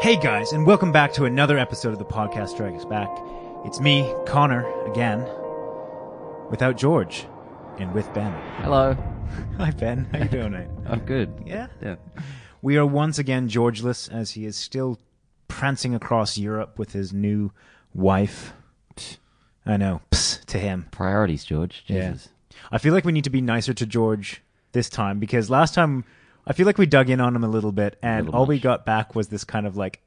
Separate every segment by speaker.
Speaker 1: Hey guys, and welcome back to another episode of the podcast Strikes Back. It's me, Connor, again, without George, and with Ben.
Speaker 2: Hello.
Speaker 1: Hi Ben, how you doing? mate?
Speaker 2: I'm good.
Speaker 1: Yeah.
Speaker 2: Yeah.
Speaker 1: We are once again Georgeless as he is still prancing across Europe with his new wife. I know, psst, to him.
Speaker 2: Priorities, George.
Speaker 1: Yeah.
Speaker 2: Jesus.
Speaker 1: I feel like we need to be nicer to George this time because last time I feel like we dug in on him a little bit and
Speaker 2: Little
Speaker 1: all we
Speaker 2: much.
Speaker 1: got back was this kind of like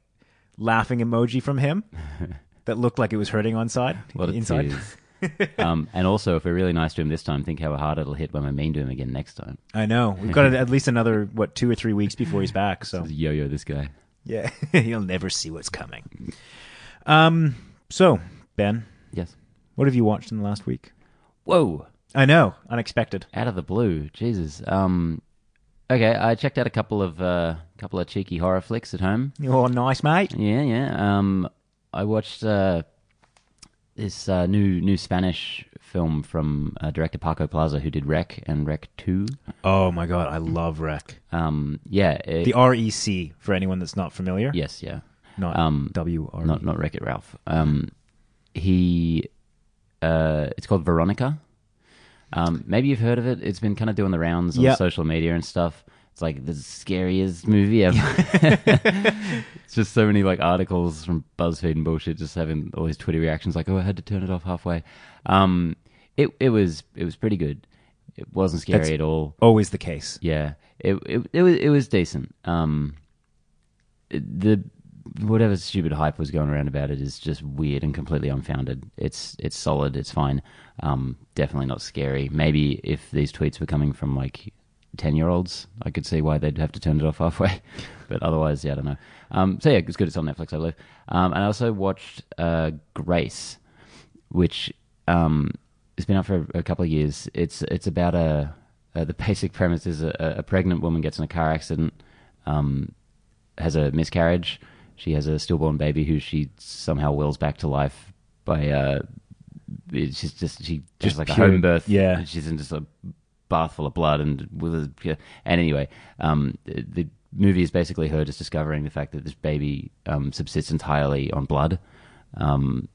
Speaker 1: laughing emoji from him that looked like it was hurting on side
Speaker 2: What a
Speaker 1: inside.
Speaker 2: tease. um, and also, if we're really nice to him this time, think how hard it'll hit when we're mean to him again next time.
Speaker 1: I know. We've got at least another what 2 or 3 weeks before he's back, so
Speaker 2: Just Yo-yo, this guy.
Speaker 1: yeah, you'll never see what's coming. Um so, Ben,
Speaker 2: Yes.
Speaker 1: what have you watched in the last week?
Speaker 2: Whoa.
Speaker 1: I know, unexpected.
Speaker 2: Out of the blue. Jesus. Um. Okay, I checked out a couple of uh, couple of cheeky horror flicks at home.
Speaker 1: Oh, nice mate.
Speaker 2: Yeah, yeah. Um, I watched uh, this uh, new new Spanish film from uh, director Paco Plaza, who did Wreck and Wreck Two.
Speaker 1: Oh my god, I love Rec.
Speaker 2: Um, yeah, it-
Speaker 1: The REC for anyone that's not familiar.
Speaker 2: yes, yeah.
Speaker 1: Not
Speaker 2: Um,
Speaker 1: W R.
Speaker 2: not not Wreck It Ralph. Um, he, uh, it's called Veronica. Um, maybe you've heard of it. It's been kind of doing the rounds on
Speaker 1: Yep.
Speaker 2: social media and stuff. It's like the scariest movie ever. it's just so many like articles from BuzzFeed and bullshit, just having all these Twitter reactions like, "Oh, I had to turn it off halfway." Um, it it was it was pretty good. It wasn't scary
Speaker 1: That's-
Speaker 2: at all.
Speaker 1: Always the case.
Speaker 2: Yeah, it it it was it was decent. Um, it- the whatever stupid hype was going around about it is just weird and completely unfounded. It's it's solid. It's fine. Um, definitely not scary. Maybe if these tweets were coming from like ten year olds, I could see why they'd have to turn it off halfway. but otherwise, yeah, I don't know. Um, so yeah, it's good. It's on Netflix, I believe. Um, and I also watched uh, Grace, which um, has been out for a, a couple of years. It's it's about a uh, the basic premise is a, a pregnant woman gets in a car accident, um, has a miscarriage. She has a stillborn baby who she somehow wills back to life by uh, it's just, just she
Speaker 1: Just
Speaker 2: just like
Speaker 1: pure-
Speaker 2: a home birth.
Speaker 1: yeah.
Speaker 2: And she's in just a bath full of blood and with a, yeah. and anyway, um, the, the movie is basically her just discovering the fact that this baby um, subsists entirely on blood. Um,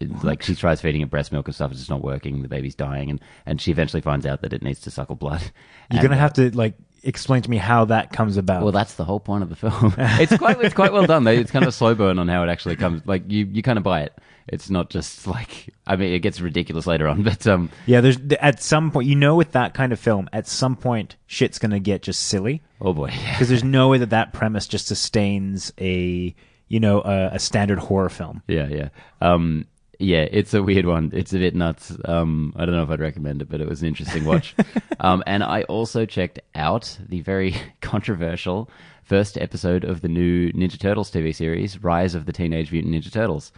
Speaker 2: it- like she tries feeding it breast milk and stuff, it's just not working. The baby's dying, and, and she eventually finds out that it needs to suckle blood.
Speaker 1: You're
Speaker 2: And, uh,
Speaker 1: gonna have to like explain to me how that comes about.
Speaker 2: well, that's the whole point of the film. it's quite it's quite well done. though. It's kind of a slow burn on how it actually comes. Like you you kind of buy it. It's not just like I mean it gets ridiculous later on, but um
Speaker 1: yeah, there's at some point you know with that kind of film, at some point shit's gonna get just silly
Speaker 2: oh boy, yeah.
Speaker 1: because there's no way that that premise just sustains a you know a, a standard horror film.
Speaker 2: yeah yeah um yeah it's a weird one. It's a bit nuts. Um I don't know if I'd recommend it, but it was an interesting watch. um and I also checked out the very controversial first episode of the new Ninja Turtles TV series, Rise of the Teenage Mutant Ninja Turtles.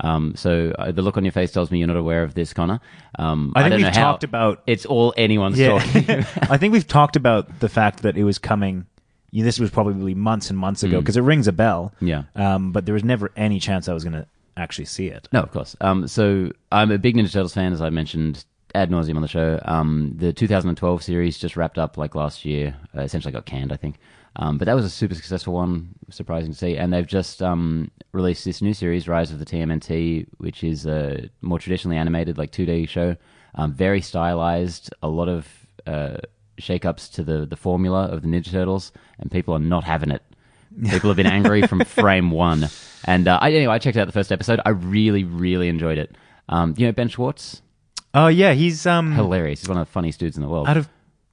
Speaker 2: Um, so uh, the look on your face tells me you're not aware of this, Connor. Um,
Speaker 1: I think
Speaker 2: don't
Speaker 1: we've
Speaker 2: know how-
Speaker 1: talked about-
Speaker 2: it's all anyone's talking.
Speaker 1: Yeah, I think we've talked about the fact that it was coming. You know, this was probably months and months ago because it rings a bell.
Speaker 2: Mm. Yeah.
Speaker 1: Um, but there was never any chance I was gonna actually see it.
Speaker 2: No, of course. Um, so I'm a big Ninja Turtles fan, as I mentioned ad nauseum on the show. Um, the 2012 series just wrapped up like last year. Uh, essentially got canned, I think. Um, but that was a super successful one, surprising to see. And they've just um, released this new series, Rise of the TMNT, which is a more traditionally animated, like 2D show. Um, very stylized, a lot of uh, shake-ups to the, the formula of the Ninja Turtles, and people are not having it. People have been angry from frame one. And uh, I, anyway, I checked out the first episode. I really, really enjoyed it. Um, you know Ben Schwartz?
Speaker 1: Oh yeah, he's um
Speaker 2: Hilarious. He's one of the funniest dudes in the world.
Speaker 1: out of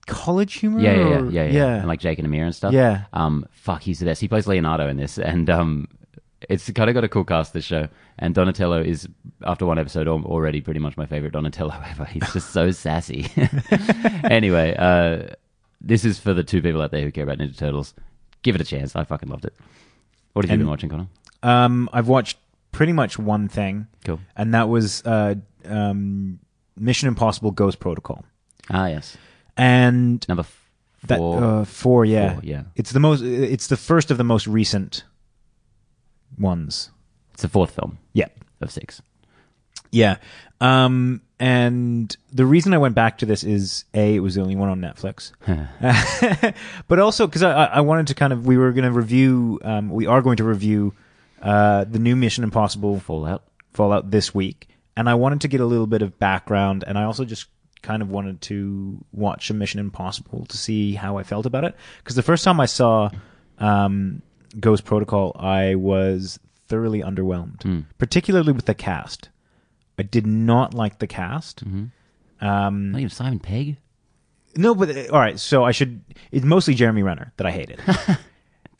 Speaker 1: college humor.
Speaker 2: Yeah, yeah, yeah,
Speaker 1: or-
Speaker 2: yeah, yeah. And like Jake and Amir and stuff.
Speaker 1: Yeah.
Speaker 2: Um, fuck, he's the best. He plays Leonardo in this, and um, it's kind of got a cool cast this show. And Donatello is, after one episode, al- already pretty much my favorite Donatello ever. He's just so sassy. anyway, uh, this is for the two people out there who care about Ninja Turtles. Give it a chance. I fucking loved it. What have you
Speaker 1: And-
Speaker 2: been watching, Connor?
Speaker 1: Um, I've watched pretty much one thing,
Speaker 2: Cool.
Speaker 1: and that was uh, um, Mission Impossible: Ghost Protocol,
Speaker 2: Ah, yes.
Speaker 1: and
Speaker 2: Number f-
Speaker 1: that
Speaker 2: four.
Speaker 1: uh, four, yeah,
Speaker 2: Four, yeah.
Speaker 1: it's the most, it's the first of the most recent ones.
Speaker 2: it's the fourth film
Speaker 1: Yeah,
Speaker 2: of six.
Speaker 1: yeah. Um, And the reason I went back to this is a it was the only one on Netflix, but also because I, I I wanted to kind of we were going to review um, we are going to review uh, the new Mission Impossible
Speaker 2: Fallout.
Speaker 1: Fallout this week, and I wanted to get a little bit of background, and I also just kind of wanted to watch a Mission Impossible to see how I felt about it. Because the first time I saw um, Ghost Protocol, I was thoroughly underwhelmed, particularly with the cast. I did not like the cast. Um,
Speaker 2: Not even Simon Pegg.
Speaker 1: no, but uh, all right. So I should. It's mostly Jeremy Renner that I hated.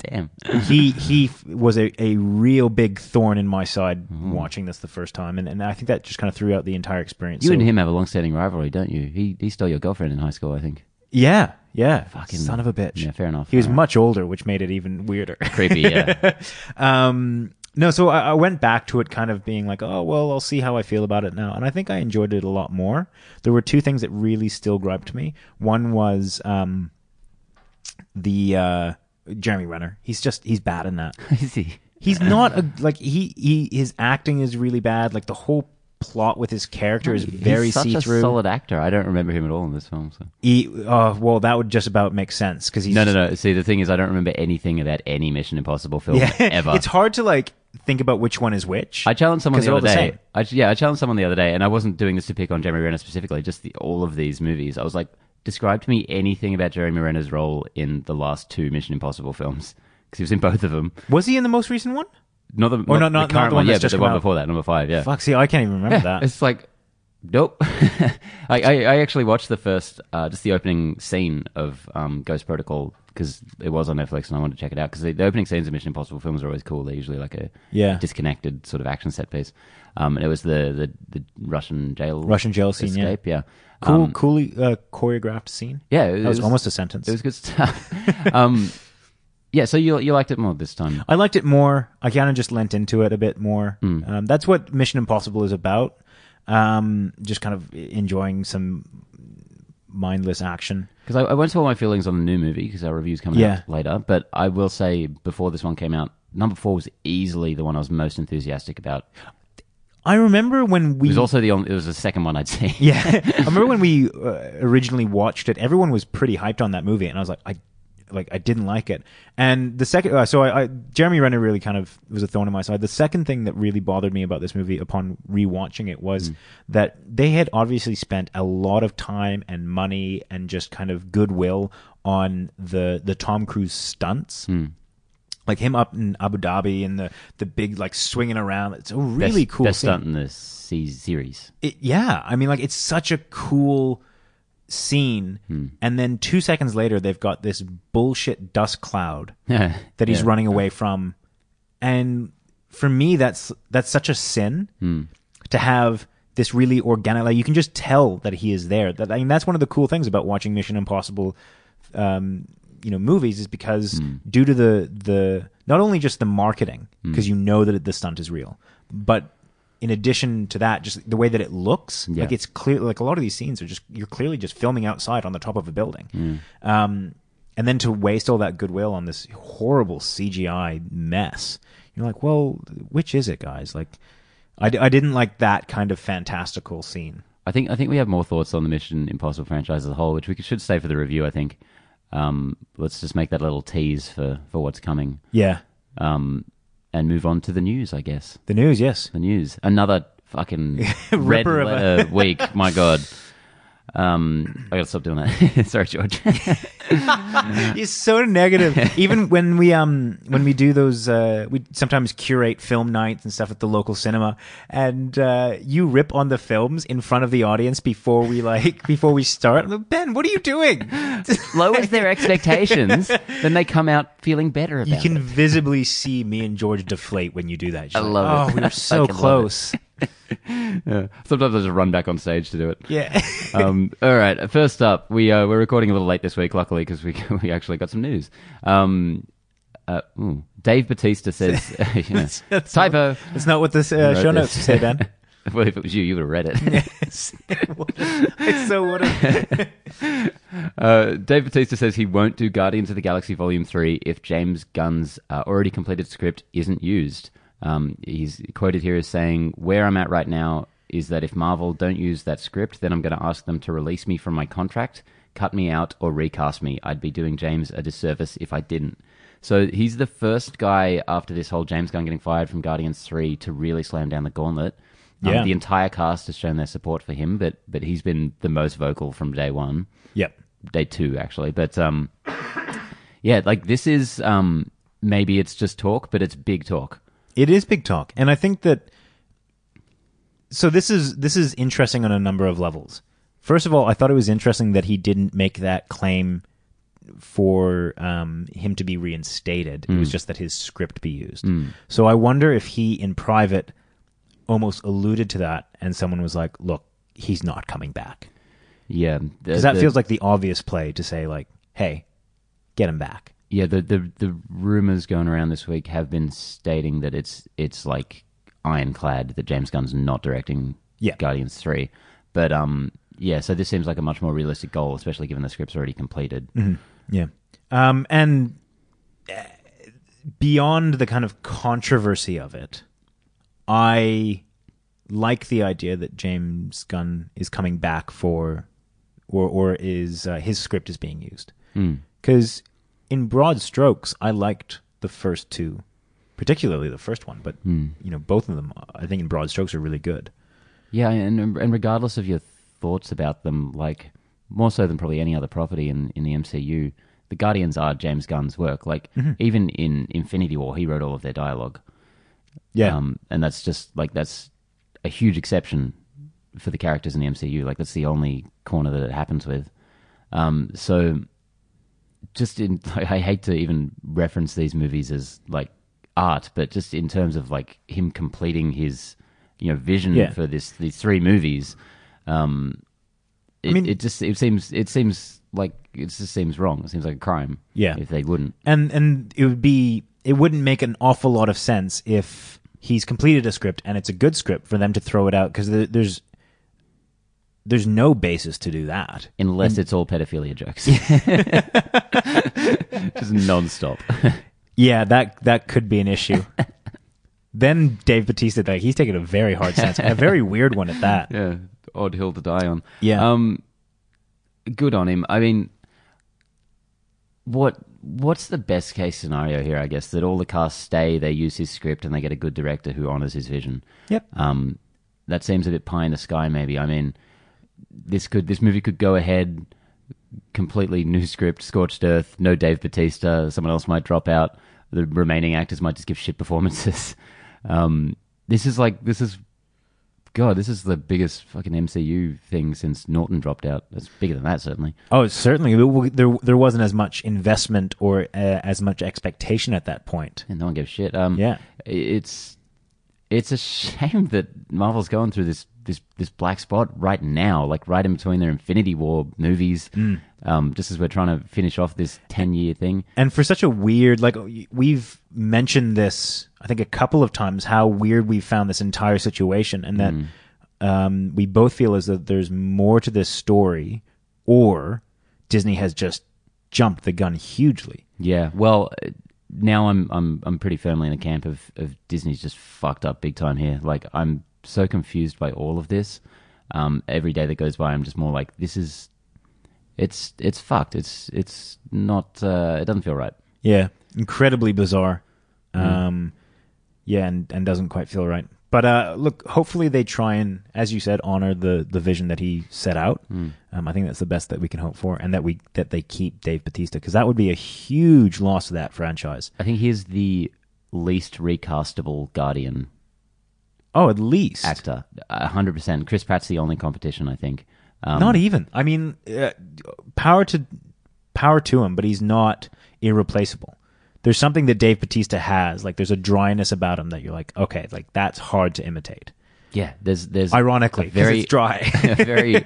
Speaker 2: Damn.
Speaker 1: he he f- was a, a real big thorn in my side
Speaker 2: Mm-hmm.
Speaker 1: watching this the first time, and, and I think that just kind of threw out the entire experience.
Speaker 2: You
Speaker 1: So-
Speaker 2: and him have a long-standing rivalry, don't you? He he stole your girlfriend in high school, I think.
Speaker 1: yeah, yeah,
Speaker 2: Fucking-
Speaker 1: son of a bitch.
Speaker 2: Yeah, fair enough.
Speaker 1: He was
Speaker 2: All right.
Speaker 1: much older, which made it even weirder.
Speaker 2: creepy. Yeah.
Speaker 1: um, no, so I, I went back to it, kind of being like, oh well, I'll see how I feel about it now, and I think I enjoyed it a lot more. There were two things that really still griped me. One was um, the uh, Jeremy Renner. He's just he's bad in that.
Speaker 2: Is he?
Speaker 1: He's not a, like he he his acting is really bad. Like the whole plot with his character is very
Speaker 2: He's such
Speaker 1: see
Speaker 2: a
Speaker 1: through.
Speaker 2: solid actor. I don't remember him at all in this film. So.
Speaker 1: Uh, well, that would just about make sense because he's
Speaker 2: No, no, no. See, the thing is, I don't remember anything about any Mission Impossible film
Speaker 1: Yeah,
Speaker 2: ever.
Speaker 1: It's hard to like think about which one is which.
Speaker 2: I challenged someone
Speaker 1: 'Cause
Speaker 2: the
Speaker 1: they're
Speaker 2: other
Speaker 1: all the
Speaker 2: day.
Speaker 1: same.
Speaker 2: I, yeah, I challenged someone the other day, and I wasn't doing this to pick on Jeremy Renner specifically. Just the, all of these movies, I was like, describe to me anything about Jeremy Renner's role in the last two Mission Impossible films because he was in both of them.
Speaker 1: was he in the most recent one?
Speaker 2: Not the, not,
Speaker 1: not- not
Speaker 2: the
Speaker 1: the
Speaker 2: current
Speaker 1: one
Speaker 2: one,
Speaker 1: that's
Speaker 2: yeah, but
Speaker 1: just
Speaker 2: the
Speaker 1: come
Speaker 2: one
Speaker 1: out.
Speaker 2: before that, number five. Yeah,
Speaker 1: Fuck, see, I can't even remember
Speaker 2: Yeah,
Speaker 1: that.
Speaker 2: It's like, nope. I, I, I actually watched the first, uh, just the opening scene of um, Ghost Protocol because it was on Netflix and I wanted to check it out because the, the opening scenes of Mission Impossible films are always cool. They're usually like a
Speaker 1: Yeah.
Speaker 2: disconnected sort of action set piece. Um, and it was the, the, the Russian jail
Speaker 1: Russian jail scene, yeah.
Speaker 2: escape, yeah.
Speaker 1: Cool,
Speaker 2: Um,
Speaker 1: coolly uh, choreographed scene.
Speaker 2: yeah, it
Speaker 1: that was, almost a sentence.
Speaker 2: it was good stuff. um, yeah, so you you liked it more this time.
Speaker 1: I liked it more. I kind of just lent into it a bit more. Um, that's what Mission Impossible is about. Um, just kind of enjoying some mindless action.
Speaker 2: Because I, I won't tell my feelings on the new movie because our review's coming
Speaker 1: Yeah.
Speaker 2: out later. But I will say, before this one came out, number four was easily the one I was most enthusiastic about.
Speaker 1: I remember when
Speaker 2: It
Speaker 1: we
Speaker 2: was also the only, it was the second one I'd seen.
Speaker 1: yeah, I remember when we uh, originally watched it. Everyone was pretty hyped on that movie, and I was like, I like I didn't like it. And the second, uh, so I, I Jeremy Renner really kind of was a thorn in my side. The second thing that really bothered me about this movie upon rewatching it
Speaker 2: Mm.
Speaker 1: was that they had obviously spent a lot of time and money and just kind of goodwill on the the Tom Cruise stunts.
Speaker 2: Mm.
Speaker 1: Like him up in Abu Dhabi and the the big like swinging around. It's a
Speaker 2: Best-
Speaker 1: really cool
Speaker 2: best
Speaker 1: scene
Speaker 2: stunt in the se- series.
Speaker 1: it, yeah i mean like it's such a cool scene and then two seconds later they've got this bullshit dust cloud
Speaker 2: Yeah,
Speaker 1: that he's running away from and for me that's that's such a sin
Speaker 2: Hmm.
Speaker 1: to have this really organic like you can just tell that he is there that i mean that's one of the cool things about watching mission impossible um you know movies is because
Speaker 2: Hmm.
Speaker 1: due to the the not only just the marketing because you know that the stunt is real but in addition to that just the way that it looks
Speaker 2: Yeah.
Speaker 1: like it's clear like a lot of these scenes are just you're clearly just filming outside on the top of a building
Speaker 2: Hmm.
Speaker 1: um and then to waste all that goodwill on this horrible cgi mess you're like well which is it guys like I, d- I didn't like that kind of fantastical scene
Speaker 2: I think I think we have more thoughts on the Mission Impossible franchise as a whole, which we should save for the review. I think. Um, let's just make that little tease for for what's coming,
Speaker 1: yeah
Speaker 2: um, and move on to the news, I guess.
Speaker 1: the news yes
Speaker 2: the news. Another fucking red
Speaker 1: Ripper of a-
Speaker 2: letter week. My God. Um, I gotta stop doing that. Sorry, George.
Speaker 1: He's so negative. Even when we um when we do those uh we sometimes curate film nights and stuff at the local cinema and uh you rip on the films in front of the audience before we like before we start. I'm like, ben, what are you doing?
Speaker 2: Lowers their expectations, then they come out feeling better about
Speaker 1: You can
Speaker 2: it.
Speaker 1: visibly see me and George deflate when you do that. You're
Speaker 2: I
Speaker 1: like,
Speaker 2: love it.
Speaker 1: Oh, we
Speaker 2: I
Speaker 1: were so
Speaker 2: fucking love it."
Speaker 1: close.
Speaker 2: Yeah. Sometimes I just run back on stage to do it.
Speaker 1: Yeah.
Speaker 2: um, all right. First up, we uh, we're recording a little late this week, luckily, because we we actually got some news. Um, uh, ooh, Dave Batista says yeah,
Speaker 1: That's not-
Speaker 2: typo.
Speaker 1: That's not what this uh,
Speaker 2: Wrote
Speaker 1: show
Speaker 2: this.
Speaker 1: notes say, Ben.
Speaker 2: well, if it was you, you would have read it.
Speaker 1: I so would have.
Speaker 2: Uh, Dave Batista says he won't do Guardians of the Galaxy Volume 3 if James Gunn's uh, already completed script isn't used. Um, he's quoted here as saying, Where I'm at right now is that if Marvel don't use that script, then I'm going to ask them to release me from my contract, cut me out, or recast me. I'd be doing James a disservice if I didn't. So he's the first guy after this whole James Gunn getting fired from Guardians 3 to really slam down the gauntlet. Um,
Speaker 1: Yeah.
Speaker 2: the entire cast has shown their support for him, but but he's been the most vocal from day one
Speaker 1: Yep.
Speaker 2: day two actually but um yeah like this is um maybe it's just talk but it's big talk
Speaker 1: It is big talk, and I think that so this is this is interesting on a number of levels. First of all, I thought it was interesting that he didn't make that claim for um, him to be reinstated. It was just that his script be used. So I wonder if he, in private, almost alluded to that, and someone was like, "Look, he's not coming back,"
Speaker 2: yeah
Speaker 1: because that feels like the obvious play to say, like, "Hey, get him back."
Speaker 2: yeah the, the the rumors going around this week have been stating that it's it's like ironclad that james gunn's not directing
Speaker 1: Yeah.
Speaker 2: guardians 3 but um yeah so this seems like a much more realistic goal especially given the script's already completed
Speaker 1: Yeah. Um, and uh, beyond the kind of controversy of it, I like the idea that James Gunn is coming back for, or or is uh, his script is being used because in broad strokes, I liked the first two, particularly the first one, but you know both of them, I think in broad strokes are really good.
Speaker 2: Yeah, and and regardless of your thoughts about them, like more so than probably any other property in, in the MCU, the Guardians are James Gunn's work. Like even in Infinity War, he wrote all of their dialogue.
Speaker 1: Yeah.
Speaker 2: Um, and that's just like that's a huge exception for the characters in the MCU. Like that's the only corner that it happens with. Um, so just in I hate to even reference these movies as like art, but just in terms of like him completing his you know vision
Speaker 1: Yeah.
Speaker 2: for this these three movies, um, it,
Speaker 1: mean-
Speaker 2: it just it seems it seems like it just seems wrong. It seems like a crime.
Speaker 1: Yeah.
Speaker 2: if they wouldn't.
Speaker 1: and and it would be it wouldn't make an awful lot of sense if he's completed a script and it's a good script for them to throw it out because there, there's there's no basis to do that.
Speaker 2: Unless it's all pedophilia jokes, just nonstop.
Speaker 1: Yeah, that that could be an issue. then Dave Batista, like, he's taking a very hard stance, a very weird one at that.
Speaker 2: yeah, odd hill to die on.
Speaker 1: Yeah.
Speaker 2: Um, good on him. I mean, what what's the best case scenario here? I guess that all the cast stay, they use his script, and they get a good director who honors his vision.
Speaker 1: Yep.
Speaker 2: Um, that seems a bit pie in the sky. Maybe. I mean, this could this movie could go ahead. Completely new script, scorched earth. No Dave Batista. Someone else might drop out. The remaining actors might just give shit performances. Um, this is like this is God, this is the biggest fucking MCU thing since Norton dropped out. It's bigger than that, certainly.
Speaker 1: Oh, certainly There- there there wasn't as much investment or uh, as much expectation at that point.
Speaker 2: And no one gives a shit. Um,
Speaker 1: Yeah.
Speaker 2: it's it's a shame that Marvel's going through this this this black spot right now, like right in between their Infinity War movies. Um, just as we're trying to finish off this ten year thing.
Speaker 1: and for such a weird like we've mentioned this i think a couple of times how weird we found this entire situation and that um, we both feel is that there's more to this story or disney has just jumped the gun hugely
Speaker 2: Yeah. Well, uh, now I'm I'm I'm pretty firmly in the camp of of Disney's just fucked up big time here. Like I'm so confused by all of this. Um, every day that goes by, I'm just more like this is, it's it's fucked. It's it's not. Uh, it doesn't feel right.
Speaker 1: yeah incredibly bizarre um, yeah and, and doesn't quite feel right but uh, look hopefully they try and as you said honor the, the vision that he set out um, i think that's the best that we can hope for and that we that they keep dave batista because that would be a huge loss to that franchise
Speaker 2: I think he's the least recastable Guardian
Speaker 1: Oh, at least
Speaker 2: actor. hundred percent. Chris Pratt's the only competition, I think. Um,
Speaker 1: not even. I mean, uh, power to power to him, but he's not irreplaceable. There's something that Dave Batista has, like there's a dryness about him that you're like, okay, like that's hard to imitate.
Speaker 2: yeah. There's there's
Speaker 1: Ironically,
Speaker 2: a
Speaker 1: 'cause
Speaker 2: very
Speaker 1: it's dry.
Speaker 2: a very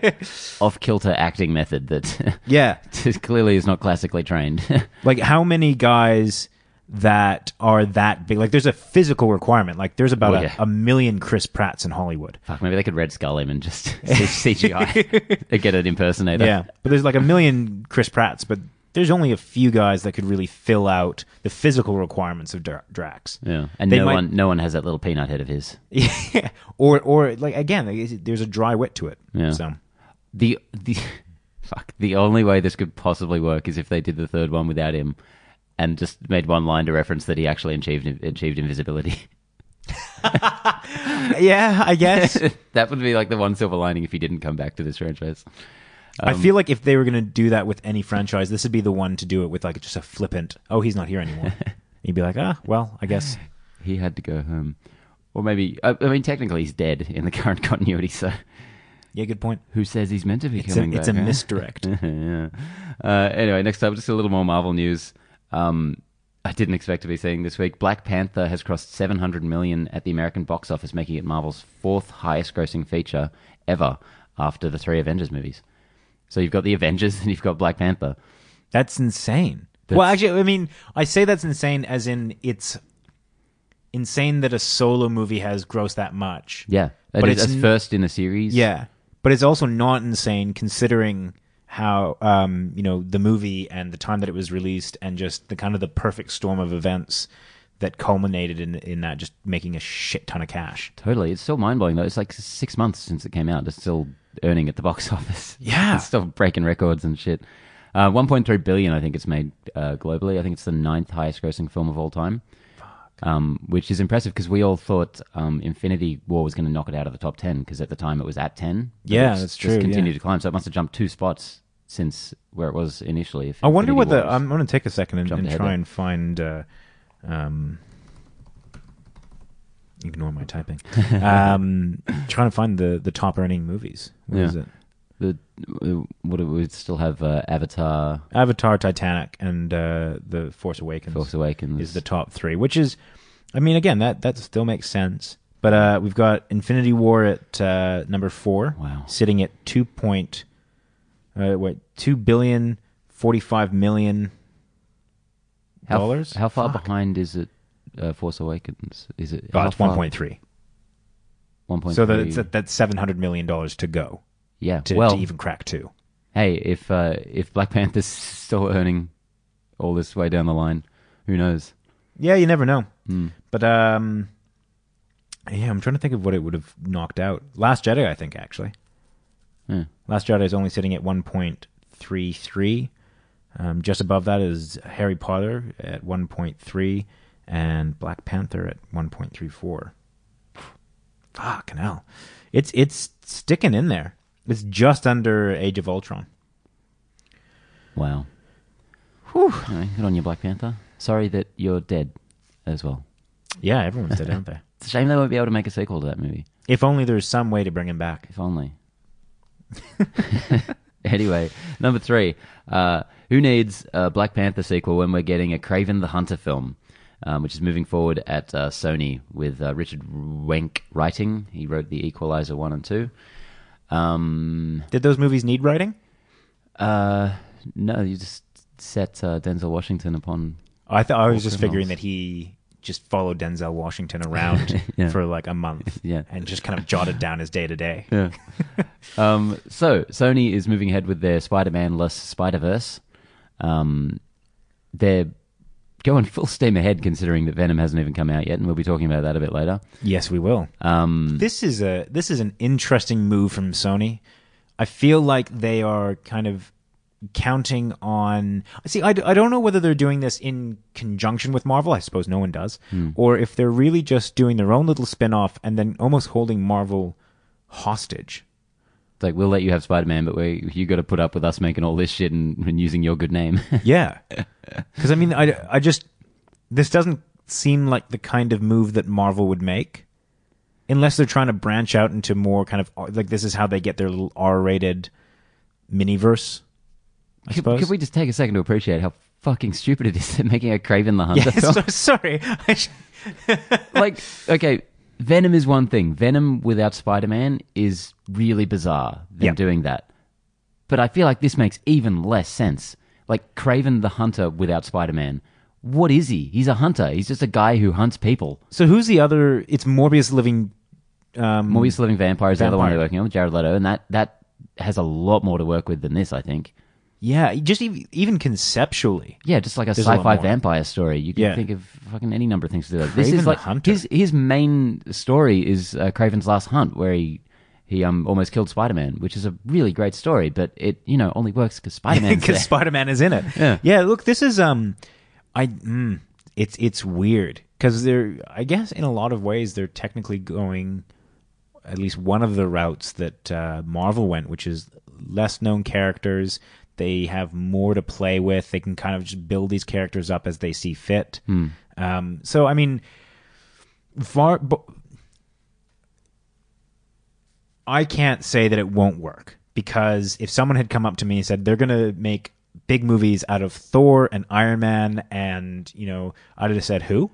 Speaker 2: off kilter acting method that
Speaker 1: yeah,
Speaker 2: clearly is not classically trained.
Speaker 1: like how many guys that are that big? Like there's a physical requirement. Like there's about
Speaker 2: Oh,
Speaker 1: a,
Speaker 2: yeah.
Speaker 1: a million Chris Pratts in Hollywood.
Speaker 2: Fuck, maybe they could red skull him and just CGI and get an impersonator.
Speaker 1: Yeah, but there's like a million Chris Pratts, but there's only a few guys that could really fill out the physical requirements of Dra- Drax.
Speaker 2: Yeah, and
Speaker 1: They
Speaker 2: no
Speaker 1: might-
Speaker 2: one, no one has that little peanut head of his.
Speaker 1: Yeah. or or like again, like, is- there's a dry wit to it.
Speaker 2: Yeah.
Speaker 1: So
Speaker 2: The the fuck. The only way this could possibly work is if they did the third one without him, and just made one line to reference that he actually achieved achieved invisibility.
Speaker 1: yeah, I guess
Speaker 2: that would be like the one silver lining if he didn't come back to this franchise. Um,
Speaker 1: I feel like if they were going to do that with any franchise, this would be the one to do it with like just a flippant. Oh, he's not here anymore. You'd be like, ah, well, I guess.
Speaker 2: He had to go home, or maybe I, I mean, technically he's dead in the current continuity. So
Speaker 1: Yeah, good point.
Speaker 2: who says he's meant to be
Speaker 1: It's a,
Speaker 2: coming back?
Speaker 1: it's a
Speaker 2: huh?
Speaker 1: misdirect.
Speaker 2: yeah. Uh, anyway, next up, just a little more Marvel news. Um, I didn't expect to be seeing this week. Black Panther has crossed 700 million at the American box office, making it Marvel's fourth highest-grossing feature ever after the three Avengers movies. So you've got the Avengers and you've got Black Panther.
Speaker 1: That's insane. well,
Speaker 2: That's-
Speaker 1: actually, I mean, I say that's insane as in it's insane that a solo movie has grossed that much.
Speaker 2: Yeah,
Speaker 1: But
Speaker 2: but it's,
Speaker 1: it's n-
Speaker 2: first in a series.
Speaker 1: Yeah. But it's also not insane considering how um, you know, the movie and the time that it was released and just the kind of the perfect storm of events that culminated in in that just making a shit ton of cash.
Speaker 2: totally. It's still mind blowing though. It's like six months since it came out. It's still earning at the box office.
Speaker 1: Yeah.
Speaker 2: it's still breaking records and shit. Uh, 1.3 billion, I think it's made uh, globally. I think it's the ninth highest-grossing film of all time, um, which is impressive because we all thought um, Infinity War was going to knock it out of the top ten because at the time it was at ten. but
Speaker 1: Yeah,
Speaker 2: it's
Speaker 1: that's
Speaker 2: just
Speaker 1: true,
Speaker 2: Continued
Speaker 1: yeah.
Speaker 2: to climb, so it must have jumped two spots since where it was initially. If
Speaker 1: I wonder
Speaker 2: Infinity
Speaker 1: what
Speaker 2: War
Speaker 1: the um,
Speaker 2: was-
Speaker 1: I'm going to take a second and,
Speaker 2: Jump
Speaker 1: and
Speaker 2: ahead
Speaker 1: try
Speaker 2: there.
Speaker 1: and find uh, um ignore my typing. um trying to find the the top earning movies. What
Speaker 2: Yeah.
Speaker 1: is it?
Speaker 2: the would it would still have uh, Avatar,
Speaker 1: Avatar, Titanic and uh The Force Awakens.
Speaker 2: Force Awakens
Speaker 1: is the top three, which is, I mean, again, that that still makes sense. But uh, we've got Infinity War at uh, number four,
Speaker 2: Wow.
Speaker 1: sitting at two point, uh, wait, two billion forty five million
Speaker 2: How f-
Speaker 1: dollars.
Speaker 2: How far behind is it? Uh, Force Awakens is it?
Speaker 1: Oh,
Speaker 2: how
Speaker 1: it's
Speaker 2: far-
Speaker 1: one point three.
Speaker 2: 1.3.
Speaker 1: So that's that's seven hundred million dollars to go
Speaker 2: yeah.
Speaker 1: to,
Speaker 2: well,
Speaker 1: to even crack two.
Speaker 2: hey, if uh, if Black Panther's still earning all this way down the line, who knows? Hmm.
Speaker 1: Yeah, you never know. But um, yeah, I'm trying to think of what it would have knocked out. Last Jedi, I think actually.
Speaker 2: Yeah.
Speaker 1: Last Jedi is only sitting at 1.33. Um, just above that is Harry Potter at 1.3 and Black Panther at 1.34. Fucking hell. It's, it's sticking in there. It's just under Age of Ultron.
Speaker 2: Wow.
Speaker 1: Whew.
Speaker 2: Anyway, good on you, Black Panther. Sorry that you're dead, as well.
Speaker 1: Yeah, everyone's dead, aren't they?
Speaker 2: It's a shame they won't be able to make a sequel to that movie.
Speaker 1: If only there's some way to bring him back.
Speaker 2: If only. anyway, number three. Uh, who needs a Black Panther sequel when we're getting a Craven the Hunter film, um, which is moving forward at uh, Sony with uh, Richard Wenk writing? He wrote the Equalizer 1 and 2. Um,
Speaker 1: Did those movies need writing?
Speaker 2: uh, no, you just set uh, Denzel Washington upon.
Speaker 1: I thought I was just
Speaker 2: criminals.
Speaker 1: figuring that he just followed Denzel Washington around
Speaker 2: Yeah.
Speaker 1: for like a month
Speaker 2: Yeah.
Speaker 1: and just kind of jotted down his day to day.
Speaker 2: Yeah. um, so, Sony is moving ahead with their Spider Man less Spider Verse. Um, they're going full steam ahead considering that Venom hasn't even come out yet, and we'll be talking about that a bit later.
Speaker 1: Yes, we will.
Speaker 2: Um,
Speaker 1: This is a this is an interesting move from Sony. I feel like they are kind of counting on. See, I, d- I don't know whether they're doing this in conjunction with Marvel. I suppose no one does,
Speaker 2: Hmm.
Speaker 1: or if they're really just doing their own little spin off and then almost holding Marvel hostage.
Speaker 2: it's like, we'll let you have Spider Man, but we, you got to put up with us making all this shit and, and using your good name.
Speaker 1: Yeah. Because, I mean, I, I just. This doesn't seem like the kind of move that Marvel would make unless they're trying to branch out into more kind of. R- Like, this is how they get their little R rated miniverse. I
Speaker 2: could,
Speaker 1: suppose.
Speaker 2: could we just take a second to appreciate how fucking stupid it is that making a Craven the Hunter
Speaker 1: yeah,
Speaker 2: film?
Speaker 1: so, sorry. I sh-
Speaker 2: like, okay, Venom is one thing. Venom without Spider Man is really bizarre. Them
Speaker 1: Yep.
Speaker 2: doing that, but I feel like this makes even less sense. Like Craven the Hunter without Spider Man. What is he? He's a hunter. He's just a guy who hunts people.
Speaker 1: so, who's the other. It's Morbius living. Um,
Speaker 2: Morbius Living Vampire is the other one
Speaker 1: Vampire.
Speaker 2: they're working on with Jared Leto, and that that has a lot more to work with than this. I think.
Speaker 1: Yeah, just even, even conceptually.
Speaker 2: Yeah, just like a
Speaker 1: There's a lot
Speaker 2: sci-fi
Speaker 1: more.
Speaker 2: vampire story. You can
Speaker 1: Yeah.
Speaker 2: think of fucking any number of things to do. Like, this
Speaker 1: Kraven
Speaker 2: is
Speaker 1: the
Speaker 2: like
Speaker 1: Hunter.
Speaker 2: his his main story is uh, Craven's Last Hunt, where he he um almost killed Spider-Man, which is a really great story, but it you know only works because Spider-Man's there.
Speaker 1: because Spider Man is in it.
Speaker 2: Yeah.
Speaker 1: Look, this is um, I mm, it's it's weird because they're I guess in a lot of ways they're technically going at least one of the routes that uh, Marvel went, which is less known characters. They have more to play with. They can kind of just build these characters up as they see fit. Um, so I mean, far. But, I can't say that it won't work because if someone had come up to me and said they're going to make big movies out of Thor and Iron Man and, you know, I'd have said who?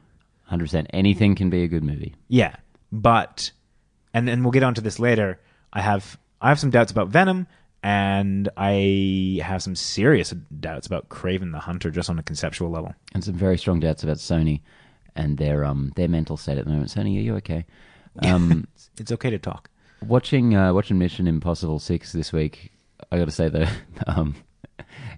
Speaker 2: Hundred percent, anything can be a good movie.
Speaker 1: Yeah. But and and we'll get onto this later. I have I have some doubts about Venom and I have some serious doubts about Craven the Hunter just on a conceptual level.
Speaker 2: and some very strong doubts about Sony and their um their mental state at the moment. Sony, are you okay? Um,
Speaker 1: It's, it's okay to talk.
Speaker 2: watching uh, watching Mission Impossible Six this week, I got to say though, um,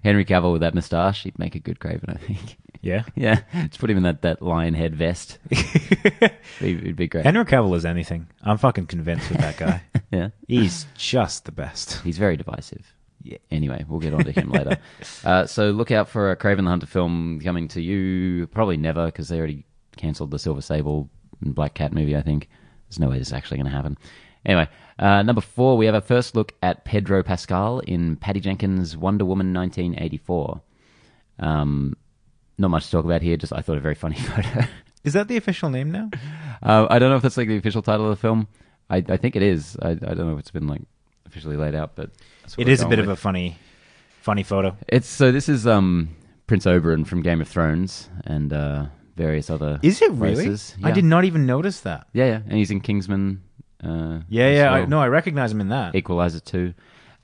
Speaker 2: Henry Cavill with that moustache, he'd make a good Craven, I think.
Speaker 1: Yeah.
Speaker 2: yeah, just put him in that that lion head vest. it'd, it'd be great.
Speaker 1: Henry Cavill is anything. I'm fucking convinced with that guy.
Speaker 2: yeah,
Speaker 1: He's just the best.
Speaker 2: he's very divisive.
Speaker 1: Yeah.
Speaker 2: Anyway, we'll get on to him later. Uh, so look out for a Craven the Hunter film coming to you. Probably never because they already cancelled the Silver Sable and Black Cat movie. I think there's no way this is actually going to happen. Anyway, uh, number four, we have our first look at Pedro Pascal in Patty Jenkins' Wonder Woman 1984. Um, not much to talk about here. Just I thought a very funny photo.
Speaker 1: Is that the official name now?
Speaker 2: Uh, I don't know if that's like the official title of the film. I, I think it is. I, I don't know if it's been like officially laid out, but that's what
Speaker 1: It
Speaker 2: we're
Speaker 1: is a
Speaker 2: going
Speaker 1: bit
Speaker 2: with.
Speaker 1: of a funny, funny photo.
Speaker 2: It's so this is um Prince Oberon from Game of Thrones and uh, various other. places. Yeah.
Speaker 1: I did not even notice that.
Speaker 2: Yeah, yeah, and he's in Kingsman. Uh,
Speaker 1: Yeah,
Speaker 2: as
Speaker 1: yeah. I,
Speaker 2: well.
Speaker 1: no, I recognize him in that.
Speaker 2: Equalizer two.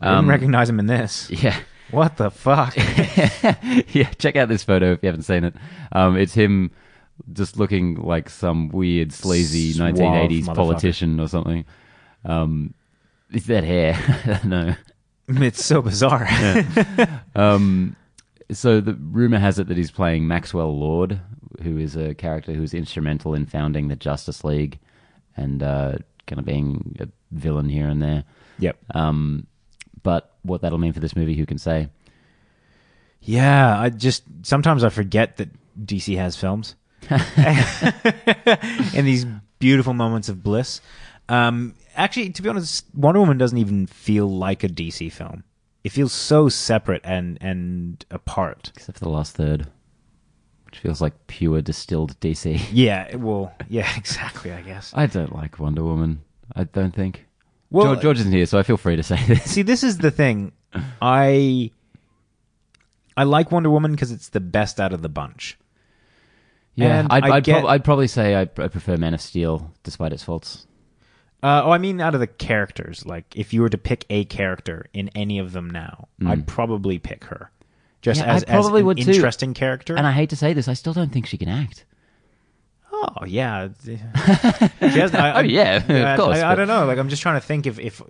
Speaker 2: Um,
Speaker 1: I didn't recognize him in this.
Speaker 2: yeah,
Speaker 1: What the fuck?
Speaker 2: yeah. Check out this photo if you haven't seen it. Um, it's him just looking like some weird sleazy
Speaker 1: Suave
Speaker 2: nineteen eighties
Speaker 1: motherfucker.
Speaker 2: politician or something. Um, it's that hair. I don't know.
Speaker 1: it's so bizarre.
Speaker 2: Um, so the rumor has it that he's playing Maxwell Lord, who is a character who's instrumental in founding the Justice League, and uh, kind of being a villain here and there.
Speaker 1: yep.
Speaker 2: Um, but what that'll mean for this movie, who can say?
Speaker 1: Yeah, I just sometimes I forget that DC has films and these beautiful moments of bliss. Um, actually, to be honest, Wonder Woman doesn't even feel like a DC film. It feels so separate and and apart.
Speaker 2: Except for the last third, which feels like pure distilled DC.
Speaker 1: Yeah, well, yeah, exactly. I guess.
Speaker 2: I don't like Wonder Woman. I don't think.
Speaker 1: Well,
Speaker 2: George, George isn't here, so I feel free to say this.
Speaker 1: see this is the thing i i like wonder woman because it's the best out of the bunch
Speaker 2: Yeah,
Speaker 1: And
Speaker 2: I'd,
Speaker 1: I
Speaker 2: I'd,
Speaker 1: get-
Speaker 2: prob- I'd probably say I, I prefer Man of Steel, despite its faults.
Speaker 1: uh, oh i mean out of the characters like if you were to pick a character in any of them now i'd probably pick her just
Speaker 2: Hmm. Yeah, I
Speaker 1: as, as
Speaker 2: probably
Speaker 1: an
Speaker 2: would too.
Speaker 1: interesting character
Speaker 2: And I hate to say this, I still don't think she can act.
Speaker 1: oh yeah she has, I, I-
Speaker 2: Oh, yeah, of
Speaker 1: I,
Speaker 2: course,
Speaker 1: I, I
Speaker 2: but-
Speaker 1: don't know like i'm just trying to think if if